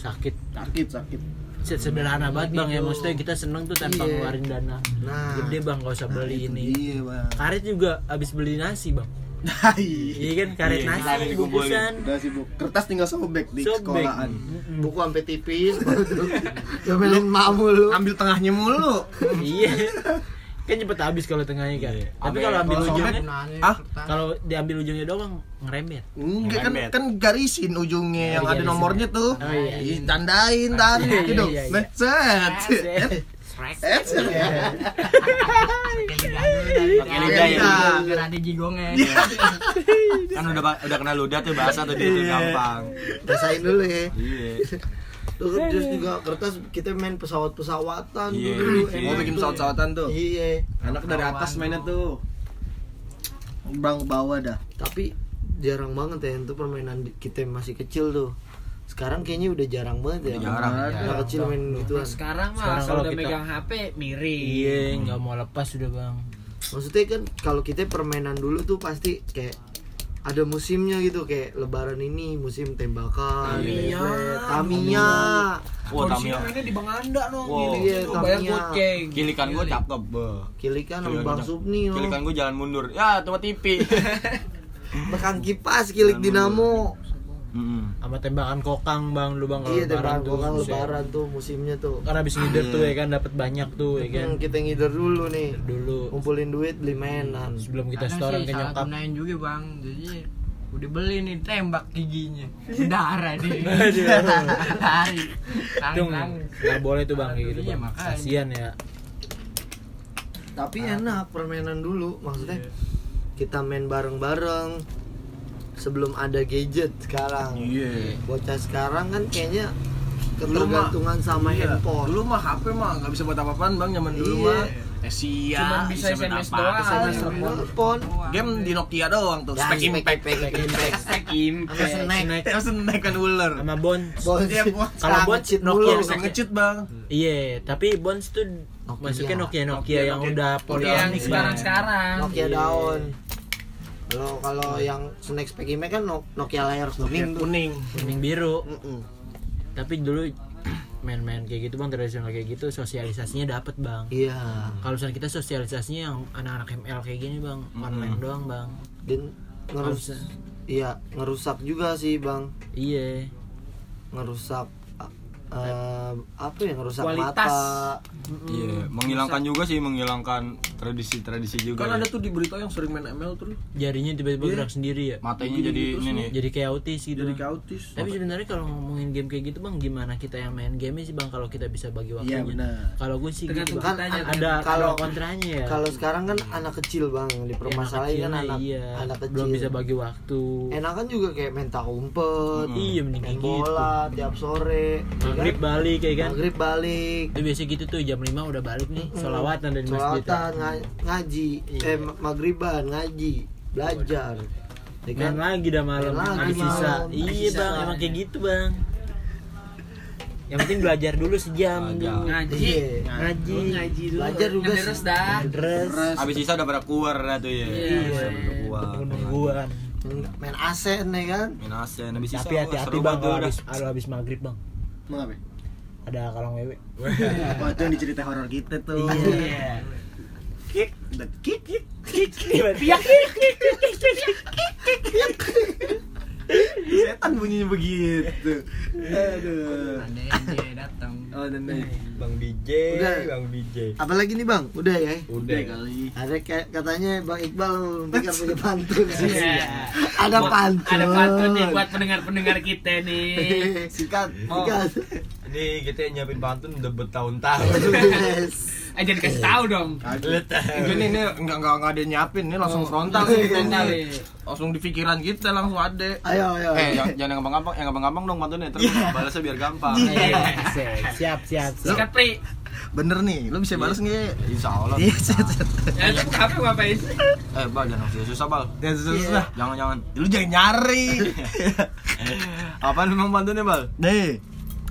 [SPEAKER 4] Sakit.
[SPEAKER 5] Sakit, sakit.
[SPEAKER 4] Se- sederhana banget bang ya maksudnya kita seneng tuh tanpa
[SPEAKER 3] Iya.
[SPEAKER 4] ngeluarin dana
[SPEAKER 3] Nah.
[SPEAKER 4] gede bang gak usah beli ini
[SPEAKER 5] Iya, Bang.
[SPEAKER 4] karet juga abis beli nasi bang
[SPEAKER 5] Hai.
[SPEAKER 4] iya kan karet
[SPEAKER 1] Iya,
[SPEAKER 4] nasi
[SPEAKER 1] karet dikumpulin.
[SPEAKER 4] bungkusan
[SPEAKER 5] Udah sibuk. Kertas tinggal sobek di
[SPEAKER 4] Sobek.
[SPEAKER 5] sekolahan.
[SPEAKER 4] Hmm.
[SPEAKER 3] Buku sampai
[SPEAKER 4] *laughs*
[SPEAKER 3] tipis baru tuh. Diomelin mamu lu.
[SPEAKER 5] Ambil tengahnya mulu.
[SPEAKER 4] iya kan cepet habis kalau tengahnya kan
[SPEAKER 1] Iya.
[SPEAKER 4] tapi kalau ambil
[SPEAKER 5] Kalau sobek,
[SPEAKER 4] ujungnya
[SPEAKER 5] ah,
[SPEAKER 4] kalau diambil ujungnya doang ngerembet
[SPEAKER 5] Enggak kan
[SPEAKER 1] Ngerembet.
[SPEAKER 5] kan garisin ujungnya yang ada
[SPEAKER 4] garisin.
[SPEAKER 5] nomornya tuh.
[SPEAKER 4] Iya, Oh, iya, iya.
[SPEAKER 5] Ditandain
[SPEAKER 4] Iya,
[SPEAKER 5] tadi
[SPEAKER 4] iya,
[SPEAKER 5] gitu.
[SPEAKER 4] iya, iya.
[SPEAKER 5] Nah, set. Set, set, ya.
[SPEAKER 1] Pakai lidah ya.
[SPEAKER 5] Iya.
[SPEAKER 6] ada jigongnya.
[SPEAKER 5] Iya.
[SPEAKER 4] iya.
[SPEAKER 1] Kan udah ba- udah kena ludah tuh bahasa tuh dia tuh gampang.
[SPEAKER 3] Rasain dulu ya.
[SPEAKER 1] Iya.
[SPEAKER 3] Terus terus juga kertas kita main pesawat-pesawatan
[SPEAKER 1] Iya,
[SPEAKER 3] dulu.
[SPEAKER 1] iya.
[SPEAKER 3] enak
[SPEAKER 5] Mau bikin
[SPEAKER 3] tuh.
[SPEAKER 5] pesawat-pesawatan tuh.
[SPEAKER 3] Iya.
[SPEAKER 5] Anak dari atas mainnya tuh.
[SPEAKER 3] Bang ke bawah dah. Tapi jarang banget ya itu permainan di- kita masih kecil tuh. Sekarang kayaknya udah jarang banget ya.
[SPEAKER 1] Udah jarang,
[SPEAKER 3] Anak
[SPEAKER 1] jarang.
[SPEAKER 3] kecil main gitu.
[SPEAKER 4] sekarang
[SPEAKER 2] Masa
[SPEAKER 4] kalau
[SPEAKER 2] udah
[SPEAKER 4] kita-
[SPEAKER 2] megang HP miring.
[SPEAKER 4] iya nggak mau lepas udah bang
[SPEAKER 3] Maksudnya kan kalau kita permainan dulu tuh pasti kayak ada musimnya gitu kayak lebaran ini musim tembakan,
[SPEAKER 1] Iya.
[SPEAKER 3] Lelet, Tamiya.
[SPEAKER 1] Wah, Tamiya.
[SPEAKER 5] mainnya di Banganda dong.
[SPEAKER 1] Wow.
[SPEAKER 3] Iya, Tamiya.
[SPEAKER 5] Iya.
[SPEAKER 2] Iya,
[SPEAKER 1] Kilikan gue cakep, beuh.
[SPEAKER 5] Kan
[SPEAKER 3] Kilikan sama
[SPEAKER 1] Kilikan
[SPEAKER 3] Bang
[SPEAKER 1] gua-
[SPEAKER 3] Supni. oh. loh.
[SPEAKER 5] oh.
[SPEAKER 1] Iya, Kilikan gue jalan mundur. Ya, tempat
[SPEAKER 5] *laughs*
[SPEAKER 1] TV.
[SPEAKER 3] Tekan kipas, kilik
[SPEAKER 1] Jangan
[SPEAKER 3] dinamo.
[SPEAKER 1] Mm-mm.
[SPEAKER 4] sama tembakan kokang bang lu bang kalau
[SPEAKER 3] Iya,
[SPEAKER 4] lebaran
[SPEAKER 3] tembakan
[SPEAKER 4] tuh
[SPEAKER 3] kokang
[SPEAKER 4] buset.
[SPEAKER 3] lebaran tuh musimnya tuh.
[SPEAKER 4] karena habis ngider tuh ya kan dapat banyak tuh ya kan
[SPEAKER 3] Hmm, kita ngider dulu nih.
[SPEAKER 4] dulu
[SPEAKER 3] Kumpulin duit beli
[SPEAKER 1] Iya,
[SPEAKER 3] mainan.
[SPEAKER 4] sebelum kita setoran ke
[SPEAKER 6] salah
[SPEAKER 4] nyokap
[SPEAKER 6] gunain juga bang jadi udah beli nih tembak giginya darah deh lari
[SPEAKER 4] Cung,
[SPEAKER 6] tanggung
[SPEAKER 4] nggak boleh tuh bang kayak gitu
[SPEAKER 6] Iya,
[SPEAKER 4] bang
[SPEAKER 6] makanya.
[SPEAKER 4] kasian ya
[SPEAKER 3] Tapi enak permainan dulu
[SPEAKER 1] Iya.
[SPEAKER 3] maksudnya. Kita main bareng-bareng sebelum ada gadget sekarang.
[SPEAKER 5] Iya.
[SPEAKER 3] Bocah sekarang kan kayaknya
[SPEAKER 5] Dulu mah-
[SPEAKER 3] ketergantungan sama
[SPEAKER 5] Iya.
[SPEAKER 3] handphone.
[SPEAKER 5] Dulu mah HP mah nggak bisa buat apa-apaan bang zaman dulu
[SPEAKER 3] Iya.
[SPEAKER 5] mah. Eh sia,
[SPEAKER 2] Cuman bisa
[SPEAKER 5] main
[SPEAKER 2] SMS
[SPEAKER 5] apa,
[SPEAKER 2] doang.
[SPEAKER 5] SMS doang.
[SPEAKER 3] Telepon.
[SPEAKER 5] Game di
[SPEAKER 4] Iya.
[SPEAKER 5] Nokia doang tuh. Spek impact.
[SPEAKER 4] snack
[SPEAKER 3] Sama snack.
[SPEAKER 4] snack
[SPEAKER 5] Terus naik kan ular.
[SPEAKER 4] sama bon
[SPEAKER 3] Bons.
[SPEAKER 5] Iya, Bons.
[SPEAKER 3] Kalau
[SPEAKER 4] Sama
[SPEAKER 3] bons
[SPEAKER 4] cheat
[SPEAKER 3] mulu.
[SPEAKER 4] Nokia.
[SPEAKER 5] Bisa ngecheat bang.
[SPEAKER 4] Iya, tapi Bonds tuh
[SPEAKER 3] Nokia.
[SPEAKER 4] masuknya Nokia
[SPEAKER 5] Nokia,
[SPEAKER 4] Nokia yang
[SPEAKER 5] Nokia.
[SPEAKER 4] udah
[SPEAKER 2] Udah yang
[SPEAKER 4] politik
[SPEAKER 2] sekarang sekarang.
[SPEAKER 5] Iya.
[SPEAKER 3] Nokia daun. Kalau kalau yang snack spek impact kan Nok- Nokia layar kuning tuh.
[SPEAKER 5] Iya, Kuning.
[SPEAKER 4] kuning biru.
[SPEAKER 3] Mm-mm.
[SPEAKER 4] Tapi dulu main-main kayak gitu bang tradisional kayak gitu sosialisasinya dapet bang.
[SPEAKER 3] Iya.
[SPEAKER 4] Kalau misalnya kita sosialisasinya yang anak-anak ML kayak gini bang, online doang bang.
[SPEAKER 3] Dan ngerusak.
[SPEAKER 4] Harusnya-
[SPEAKER 3] Iya, ngerusak juga sih, Bang.
[SPEAKER 4] Iya,
[SPEAKER 3] Ngerusak eh, apa ya ngerusak
[SPEAKER 2] Kualitas.
[SPEAKER 3] mata
[SPEAKER 1] Iya, menghilangkan juga sih, menghilangkan tradisi-tradisi juga. ya.
[SPEAKER 5] Kan ada tuh di berita yang sering main ML tuh.
[SPEAKER 4] jarinya tiba-tiba gerak sendiri ya.
[SPEAKER 1] Matanya jadi ini nih.
[SPEAKER 4] Jadi kayak autis gitu.
[SPEAKER 5] Jadi
[SPEAKER 4] Bang.
[SPEAKER 5] kautis.
[SPEAKER 4] Tapi sebenarnya kalau ngomongin game kayak gitu bang, gimana kita yang main game sih bang? Kalau kita bisa bagi waktunya.
[SPEAKER 5] benar.
[SPEAKER 4] Kalau gue sih gitu
[SPEAKER 2] Tergantung
[SPEAKER 4] bang.
[SPEAKER 2] kitanya,
[SPEAKER 4] Ada
[SPEAKER 3] kan, Kalau-
[SPEAKER 4] kalau kontranya ya.
[SPEAKER 3] kalau sekarang kan anak kecil bang yang dipermasalahin
[SPEAKER 4] Iya,
[SPEAKER 3] kan anak
[SPEAKER 4] iya.
[SPEAKER 3] anak kecil
[SPEAKER 4] belum bisa bagi waktu
[SPEAKER 3] enakan juga kayak mental umpet
[SPEAKER 1] Mm.
[SPEAKER 4] iya mending
[SPEAKER 3] main
[SPEAKER 4] kayak gitu
[SPEAKER 3] bola Iya. tiap sore
[SPEAKER 4] maghrib balik ya kan
[SPEAKER 3] Maghrib balik
[SPEAKER 4] itu biasanya gitu tuh jam 5 udah balik nih solawatan dari masjid ya. Iya.
[SPEAKER 3] Sholatan, nga- ngaji eh ma- maghriban ngaji belajar ya kan?
[SPEAKER 4] main lagi dah malam
[SPEAKER 3] Main lagi
[SPEAKER 4] habis sisa
[SPEAKER 3] malam, habis
[SPEAKER 4] iya
[SPEAKER 3] sisa.
[SPEAKER 4] bang emang kayak gitu bang yang penting belajar dulu sejam
[SPEAKER 1] Belajar.
[SPEAKER 4] dulu
[SPEAKER 2] Ngaji.
[SPEAKER 3] Iya.
[SPEAKER 4] ngaji Kan
[SPEAKER 2] Ngaji dulu.
[SPEAKER 3] Belajar juga sih.
[SPEAKER 2] Terus dah.
[SPEAKER 4] terus
[SPEAKER 1] Abis sisa udah pada keluar dah tuh ya.
[SPEAKER 2] Iya.
[SPEAKER 1] Udah pada keluar.
[SPEAKER 4] nungguan
[SPEAKER 3] Main- main asen ya kan
[SPEAKER 1] Main asen, abis sisa.
[SPEAKER 4] tapi
[SPEAKER 1] wah,
[SPEAKER 4] hati-hati
[SPEAKER 1] seru banget
[SPEAKER 4] bang kalau
[SPEAKER 1] tuh
[SPEAKER 4] habis
[SPEAKER 1] dah.
[SPEAKER 4] kalau habis maghrib bang
[SPEAKER 5] Mengapa?
[SPEAKER 4] ada kalong wewe
[SPEAKER 5] ya.
[SPEAKER 1] *laughs*
[SPEAKER 5] Oh, itu yang di cerita horor kita tuh.
[SPEAKER 4] iya
[SPEAKER 5] Kick, the kick, kick.
[SPEAKER 4] tiba-tiba
[SPEAKER 5] Setan bunyinya begitu. Aduh.
[SPEAKER 6] ada yang dia datang
[SPEAKER 5] Oh, dan
[SPEAKER 1] Bang DJ,
[SPEAKER 3] Udah.
[SPEAKER 1] Bang DJ.
[SPEAKER 3] apalagi nih bang udah ya
[SPEAKER 1] Udah
[SPEAKER 5] kali.
[SPEAKER 3] Ada kayak katanya Bang Iqbal pikir
[SPEAKER 1] *laughs*
[SPEAKER 3] punya pantun sih.
[SPEAKER 2] Iya.
[SPEAKER 3] Ada pantun.
[SPEAKER 2] Ada pantun nih
[SPEAKER 5] *laughs*
[SPEAKER 2] buat pendengar-pendengar kita nih.
[SPEAKER 3] sikat,
[SPEAKER 1] Oh.
[SPEAKER 3] sikat.
[SPEAKER 1] Ini kita nyiapin pantun udah bertahun-tahun.
[SPEAKER 3] Yes.
[SPEAKER 2] Aja dikasih Eh, tahu dong.
[SPEAKER 5] Ini ini enggak enggak enggak ada yang nyiapin, ini langsung
[SPEAKER 1] Iya.
[SPEAKER 5] frontal nih kita nih. Langsung di pikiran kita langsung ada.
[SPEAKER 3] Ayo, ayo.
[SPEAKER 5] Iya.
[SPEAKER 1] eh, jangan, jangan yang gampang-gampang, yang gampang-gampang dong pantunnya. Terus balasnya biar gampang.
[SPEAKER 5] Iya.
[SPEAKER 4] siap siap siap
[SPEAKER 2] Sikat Pri.
[SPEAKER 5] Bener nih, lu bisa Iya, balas enggak?
[SPEAKER 1] Eh, Insya Allah.
[SPEAKER 2] Ya itu HP ngapain sih?
[SPEAKER 1] Eh, bal, jangan susah-susah bal. Iya.
[SPEAKER 5] Ya susah.
[SPEAKER 1] Jangan-jangan.
[SPEAKER 5] Lu jangan *laughs* nyari.
[SPEAKER 1] Apaan memang pantunnya bal?
[SPEAKER 5] Nih.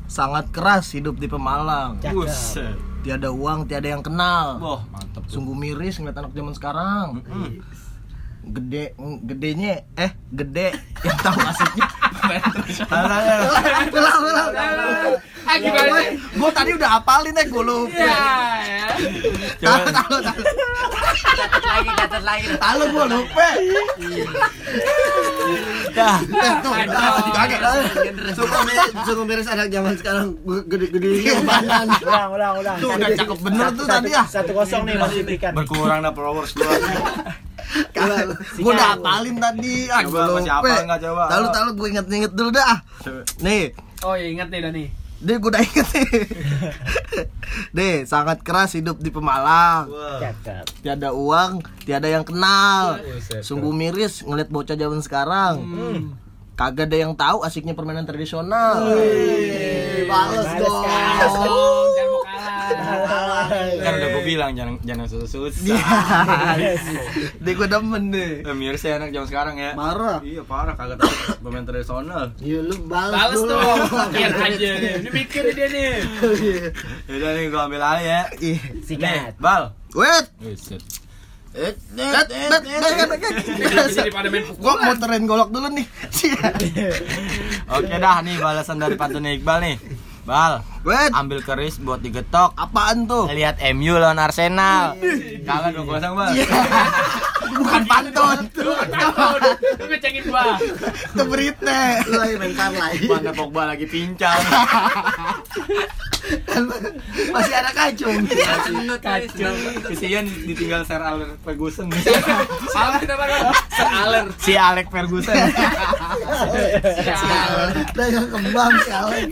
[SPEAKER 5] Sangat keras hidup di Pemalang.
[SPEAKER 4] Cakep.
[SPEAKER 1] Buset.
[SPEAKER 5] Tiada uang, tiada yang kenal.
[SPEAKER 1] Wah, mantep. tuh.
[SPEAKER 5] Sungguh miris ngeliat anak zaman sekarang.
[SPEAKER 1] Hmm.
[SPEAKER 5] Gede, gedenya, eh gede yang tahu maksudnya.
[SPEAKER 1] ya.
[SPEAKER 3] Pulang, pulang.
[SPEAKER 2] Ah gimana?
[SPEAKER 5] Gue tadi udah hafalin eh gue lupa.
[SPEAKER 2] Ya, ya.
[SPEAKER 5] Tahu tahu tahu.
[SPEAKER 6] catat lagi catat lagi
[SPEAKER 5] Tahu gue lupa.
[SPEAKER 3] Dah, dah, tuh.
[SPEAKER 2] Aduh.
[SPEAKER 5] Kagak.
[SPEAKER 3] Sungguh miris, sungguh miris anak zaman sekarang Gue gede-gede badan.
[SPEAKER 4] ulang ulang ulang
[SPEAKER 5] Tuh udah cakep bener tuh tadi ya.
[SPEAKER 4] satu kosong nih kan? multiplikan
[SPEAKER 1] Berkurang dah followers
[SPEAKER 5] *laughs*
[SPEAKER 1] gua.
[SPEAKER 5] Gue udah hafalin tadi. Ah,
[SPEAKER 1] Coba,
[SPEAKER 5] gua
[SPEAKER 1] masih
[SPEAKER 5] lupa.
[SPEAKER 1] hafal nggak, coba?
[SPEAKER 5] Tahu tahu gue inget-inget dulu dah. Ah,
[SPEAKER 1] Coba.
[SPEAKER 5] Nih,
[SPEAKER 2] Oh ya ingat nih Dani.
[SPEAKER 5] deh gue udah inget nih. Deh, sangat keras hidup di Pemalang.
[SPEAKER 4] cakep
[SPEAKER 5] tiada uang, tiada yang kenal.
[SPEAKER 1] Buset.
[SPEAKER 5] Sungguh miris ngeliat bocah zaman sekarang. Kagak ada yang tahu asiknya permainan tradisional. Wih,
[SPEAKER 3] Males dong.
[SPEAKER 2] Males dong, jangan mau kalah.
[SPEAKER 5] *laughs*
[SPEAKER 1] Kan udah gue bilang jangan jangan susah-susah. *laughs*
[SPEAKER 3] Iya.
[SPEAKER 5] Deh gue demen deh.
[SPEAKER 1] Pemirsa anak zaman sekarang ya.
[SPEAKER 3] Marah.
[SPEAKER 1] Iya parah kagak tahu pemain tradisional.
[SPEAKER 5] Ya
[SPEAKER 3] Iya lu balas,
[SPEAKER 2] Males
[SPEAKER 3] dulu.
[SPEAKER 2] dong, pikir
[SPEAKER 5] *laughs*
[SPEAKER 2] aja nih. Ini mikir dia nih.
[SPEAKER 1] Yaudah nih gua ambil alih ya.
[SPEAKER 3] Ih,
[SPEAKER 1] Sikat. Bal.
[SPEAKER 5] Wait,
[SPEAKER 2] Jadi daripada main pukul.
[SPEAKER 5] gue mau teren golok dulu nih.
[SPEAKER 1] Oke dah nih balasan dari pantunnya Iqbal nih. Bal,
[SPEAKER 5] Wait,
[SPEAKER 1] ambil keris buat digetok.
[SPEAKER 5] apaan tuh?
[SPEAKER 1] Lihat MU lawan Arsenal. Iya. Kalah 2-0, Bal.
[SPEAKER 5] Bukan pantun,
[SPEAKER 2] Bukan takut. Lu ngecengin gua.
[SPEAKER 5] itu berita.
[SPEAKER 3] Lu lagi main Carlyle.
[SPEAKER 1] Mana Pogba lagi pincang.
[SPEAKER 3] Masih ada kacung.
[SPEAKER 1] Kacung. Kesian ditinggal Sir Alex Ferguson.
[SPEAKER 2] Salah kita banget. Sealer.
[SPEAKER 1] si Alex Ferguson.
[SPEAKER 2] Sial.
[SPEAKER 3] Dagang kembang si Alex.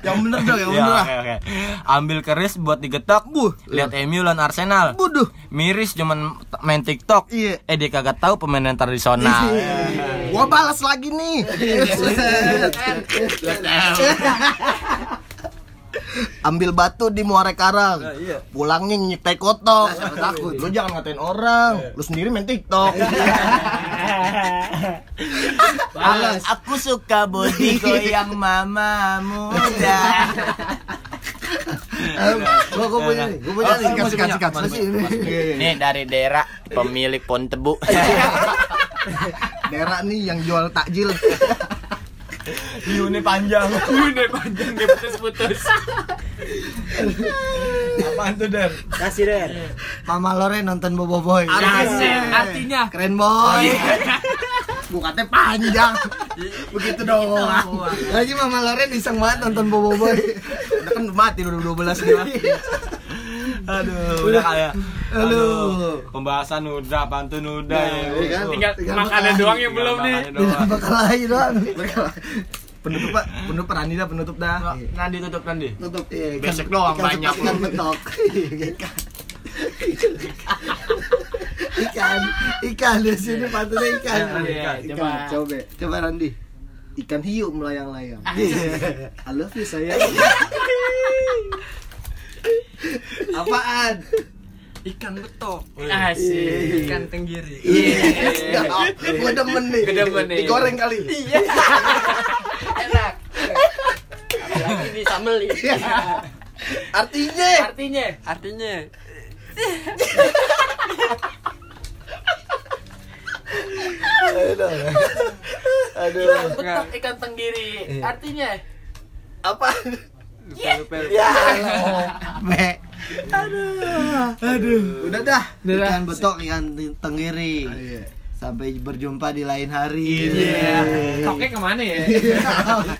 [SPEAKER 5] Yang bener dong, yang
[SPEAKER 1] Ya,
[SPEAKER 5] bener lah.
[SPEAKER 1] oke, oke. Ambil keris buat digetok. Bu, lihat MU lawan Arsenal.
[SPEAKER 5] Buduh.
[SPEAKER 1] Miris cuman t- main TikTok.
[SPEAKER 5] Iya.
[SPEAKER 1] Eh dia kagak tahu pemain yang tradisional.
[SPEAKER 5] Gua balas lagi nih. Ambil batu di Muara Karang. Pulangnya nyetek kotok. Takut. Lu jangan ngatain orang. Lu sendiri main TikTok.
[SPEAKER 1] Aku, aku suka bodiku yang mama *laughs* muda.
[SPEAKER 3] Gua gua punya nih, gua punya nih.
[SPEAKER 5] Sikat, sikat, sikat.
[SPEAKER 3] Masih ini.
[SPEAKER 1] Ini dari daerah pemilik pohon *laughs* tebu.
[SPEAKER 5] Daerah nih yang jual takjil.
[SPEAKER 1] Hiunnya panjang.
[SPEAKER 2] Udah panjang dia putus-putus.
[SPEAKER 1] Apaan tuh, Der?
[SPEAKER 4] Kasih deh.
[SPEAKER 3] Mama Lore nonton Bobo Boy. Nah,
[SPEAKER 2] Kasih artinya.
[SPEAKER 3] Keren
[SPEAKER 5] Oh,
[SPEAKER 3] boy.
[SPEAKER 5] iya. Bukatnya panjang. Begitu doang.
[SPEAKER 3] Lagi Mama Lore iseng banget nonton Bobo Boy. Iya.
[SPEAKER 5] Udah Kan mati udah 12 dia.
[SPEAKER 1] Aduh, udah kayak.
[SPEAKER 3] Aduh.
[SPEAKER 1] Pembahasan udah, pantun udah ya.
[SPEAKER 3] Iya kan?
[SPEAKER 1] Udah.
[SPEAKER 2] Tinggal makanan doang yang belum nih.
[SPEAKER 1] Makannya doang.
[SPEAKER 3] Bakal lagi doang.
[SPEAKER 5] Penutup, Pak. Penutup Rani dah penutup dah.
[SPEAKER 3] Nah,
[SPEAKER 1] Nandi tutup Nandi.
[SPEAKER 3] Tutup. Iya,
[SPEAKER 5] Besek doang banyak.
[SPEAKER 3] Ikan
[SPEAKER 5] *laughs*
[SPEAKER 3] betok. Ikan. Ikan. Ikan di sini patutnya ikan.
[SPEAKER 2] Iya,
[SPEAKER 3] Ikan,
[SPEAKER 2] coba.
[SPEAKER 3] Coba. Coba Randi. Ikan hiu melayang-layang.
[SPEAKER 5] Ah.
[SPEAKER 3] Iya. I love you sayang. Apaan?
[SPEAKER 6] Ikan betok,
[SPEAKER 2] Asik.
[SPEAKER 6] ikan tenggiri.
[SPEAKER 3] *laughs* Iya. Gue demen nih.
[SPEAKER 2] Gede nih.
[SPEAKER 5] Digoreng kali.
[SPEAKER 6] Enak.
[SPEAKER 4] Lagi disameli.
[SPEAKER 5] Artinya
[SPEAKER 2] Artinya
[SPEAKER 6] Artinya
[SPEAKER 3] Aduh.
[SPEAKER 6] betok ikan tenggiri. Artinya
[SPEAKER 5] apa?
[SPEAKER 3] Be. Aduh. Aduh. Udah dah. Ikan betok ikan tenggiri.
[SPEAKER 5] Iya.
[SPEAKER 3] Sampai berjumpa di lain hari.
[SPEAKER 2] Iya. Toknya kemana ya?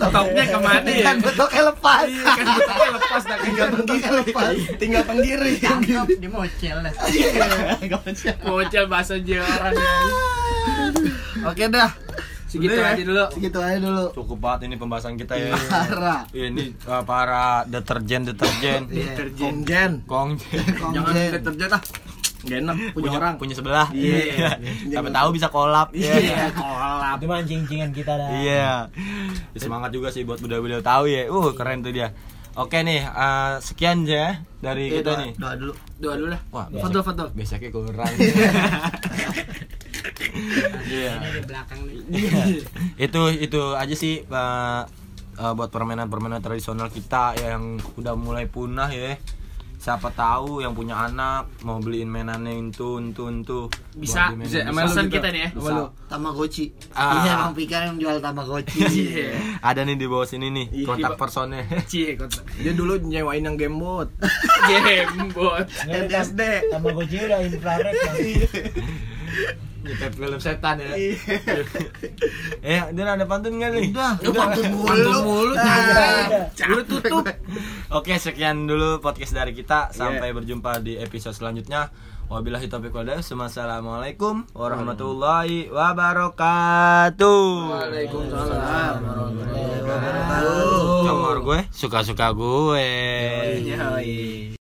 [SPEAKER 2] Toknya kemana ya?
[SPEAKER 3] Iya. Ikan betoknya lepas.
[SPEAKER 2] Kan bentuknya lepas dah
[SPEAKER 3] Ikan betoknya lepas.
[SPEAKER 5] Tinggal tenggiri.
[SPEAKER 6] tangkap di mocel lah.
[SPEAKER 2] Bocah bahasa Jawa orang ya.
[SPEAKER 5] Ah. Oke dah.
[SPEAKER 2] Segitu
[SPEAKER 5] Udah ya.
[SPEAKER 2] aja dulu.
[SPEAKER 3] Segitu aja dulu.
[SPEAKER 1] Cukup banget ini pembahasan kita ya.
[SPEAKER 3] Parah.
[SPEAKER 1] Ini uh, para deterjen deterjen
[SPEAKER 5] Konggen.
[SPEAKER 1] kongjen
[SPEAKER 5] Jangan
[SPEAKER 3] Konggen.
[SPEAKER 5] deterjen ah. Gak enak punya
[SPEAKER 1] punya
[SPEAKER 5] orang.
[SPEAKER 1] punya sebelah. Iya. Siapa tahu bisa kolab. Iya.
[SPEAKER 4] Itu mancing-cingan kita dah.
[SPEAKER 1] Iya. Ya, Semangat juga sih buat budaya-budaya tahu ya. Uh, keren tuh dia. Oke nih, eh, sekian aja dari
[SPEAKER 3] Eh,
[SPEAKER 1] kita
[SPEAKER 3] doa,
[SPEAKER 1] nih.
[SPEAKER 3] doa dulu.
[SPEAKER 6] Dua dulu lah.
[SPEAKER 1] Wah,
[SPEAKER 5] Iya.
[SPEAKER 6] Fadol, Fadol.
[SPEAKER 1] besoknya kurang. Iya.
[SPEAKER 6] Di belakang nih.
[SPEAKER 2] Iya.
[SPEAKER 1] itu itu aja sih eh, eh, buat permainan-permainan tradisional kita ya, yang udah mulai punah ya. Siapa tahu yang punya anak mau beliin mainannya itu, itu, itu.
[SPEAKER 2] Bisa.
[SPEAKER 5] Bisa,
[SPEAKER 1] Bisa.
[SPEAKER 5] emang lu
[SPEAKER 2] Pesan
[SPEAKER 5] gitu.
[SPEAKER 2] kita nih ya.
[SPEAKER 1] Bisa.
[SPEAKER 3] Tamagotchi.
[SPEAKER 1] Ah.
[SPEAKER 3] Iya, Bang Pika yang jual Tamagotchi.
[SPEAKER 1] Ada nih di bawah sini nih
[SPEAKER 5] Iya,
[SPEAKER 1] kontak
[SPEAKER 5] Pak.
[SPEAKER 1] personnya.
[SPEAKER 2] Cie kota.
[SPEAKER 5] Dia dulu nyewain yang gamebot.
[SPEAKER 3] Iya.
[SPEAKER 2] Jembot.
[SPEAKER 4] kan?
[SPEAKER 5] NSD.
[SPEAKER 4] Sama Goji udah infrared. Bang.
[SPEAKER 1] Nyetep film setan ya. *laughs* eh, Dan ada pantun nggak nih?
[SPEAKER 3] Udah, lu pantun mulu.
[SPEAKER 5] Mulu Ah.
[SPEAKER 2] Udah tutup.
[SPEAKER 1] Oke, sekian dulu podcast dari kita. Sampai berjumpa di episode selanjutnya. Wabillahi taufiq wal hidayah. Wassalamualaikum warahmatullahi wabarakatuh.
[SPEAKER 5] Waalaikumsalam warahmatullahi
[SPEAKER 1] Comor gue, suka-suka gue.
[SPEAKER 5] wabarakatuh.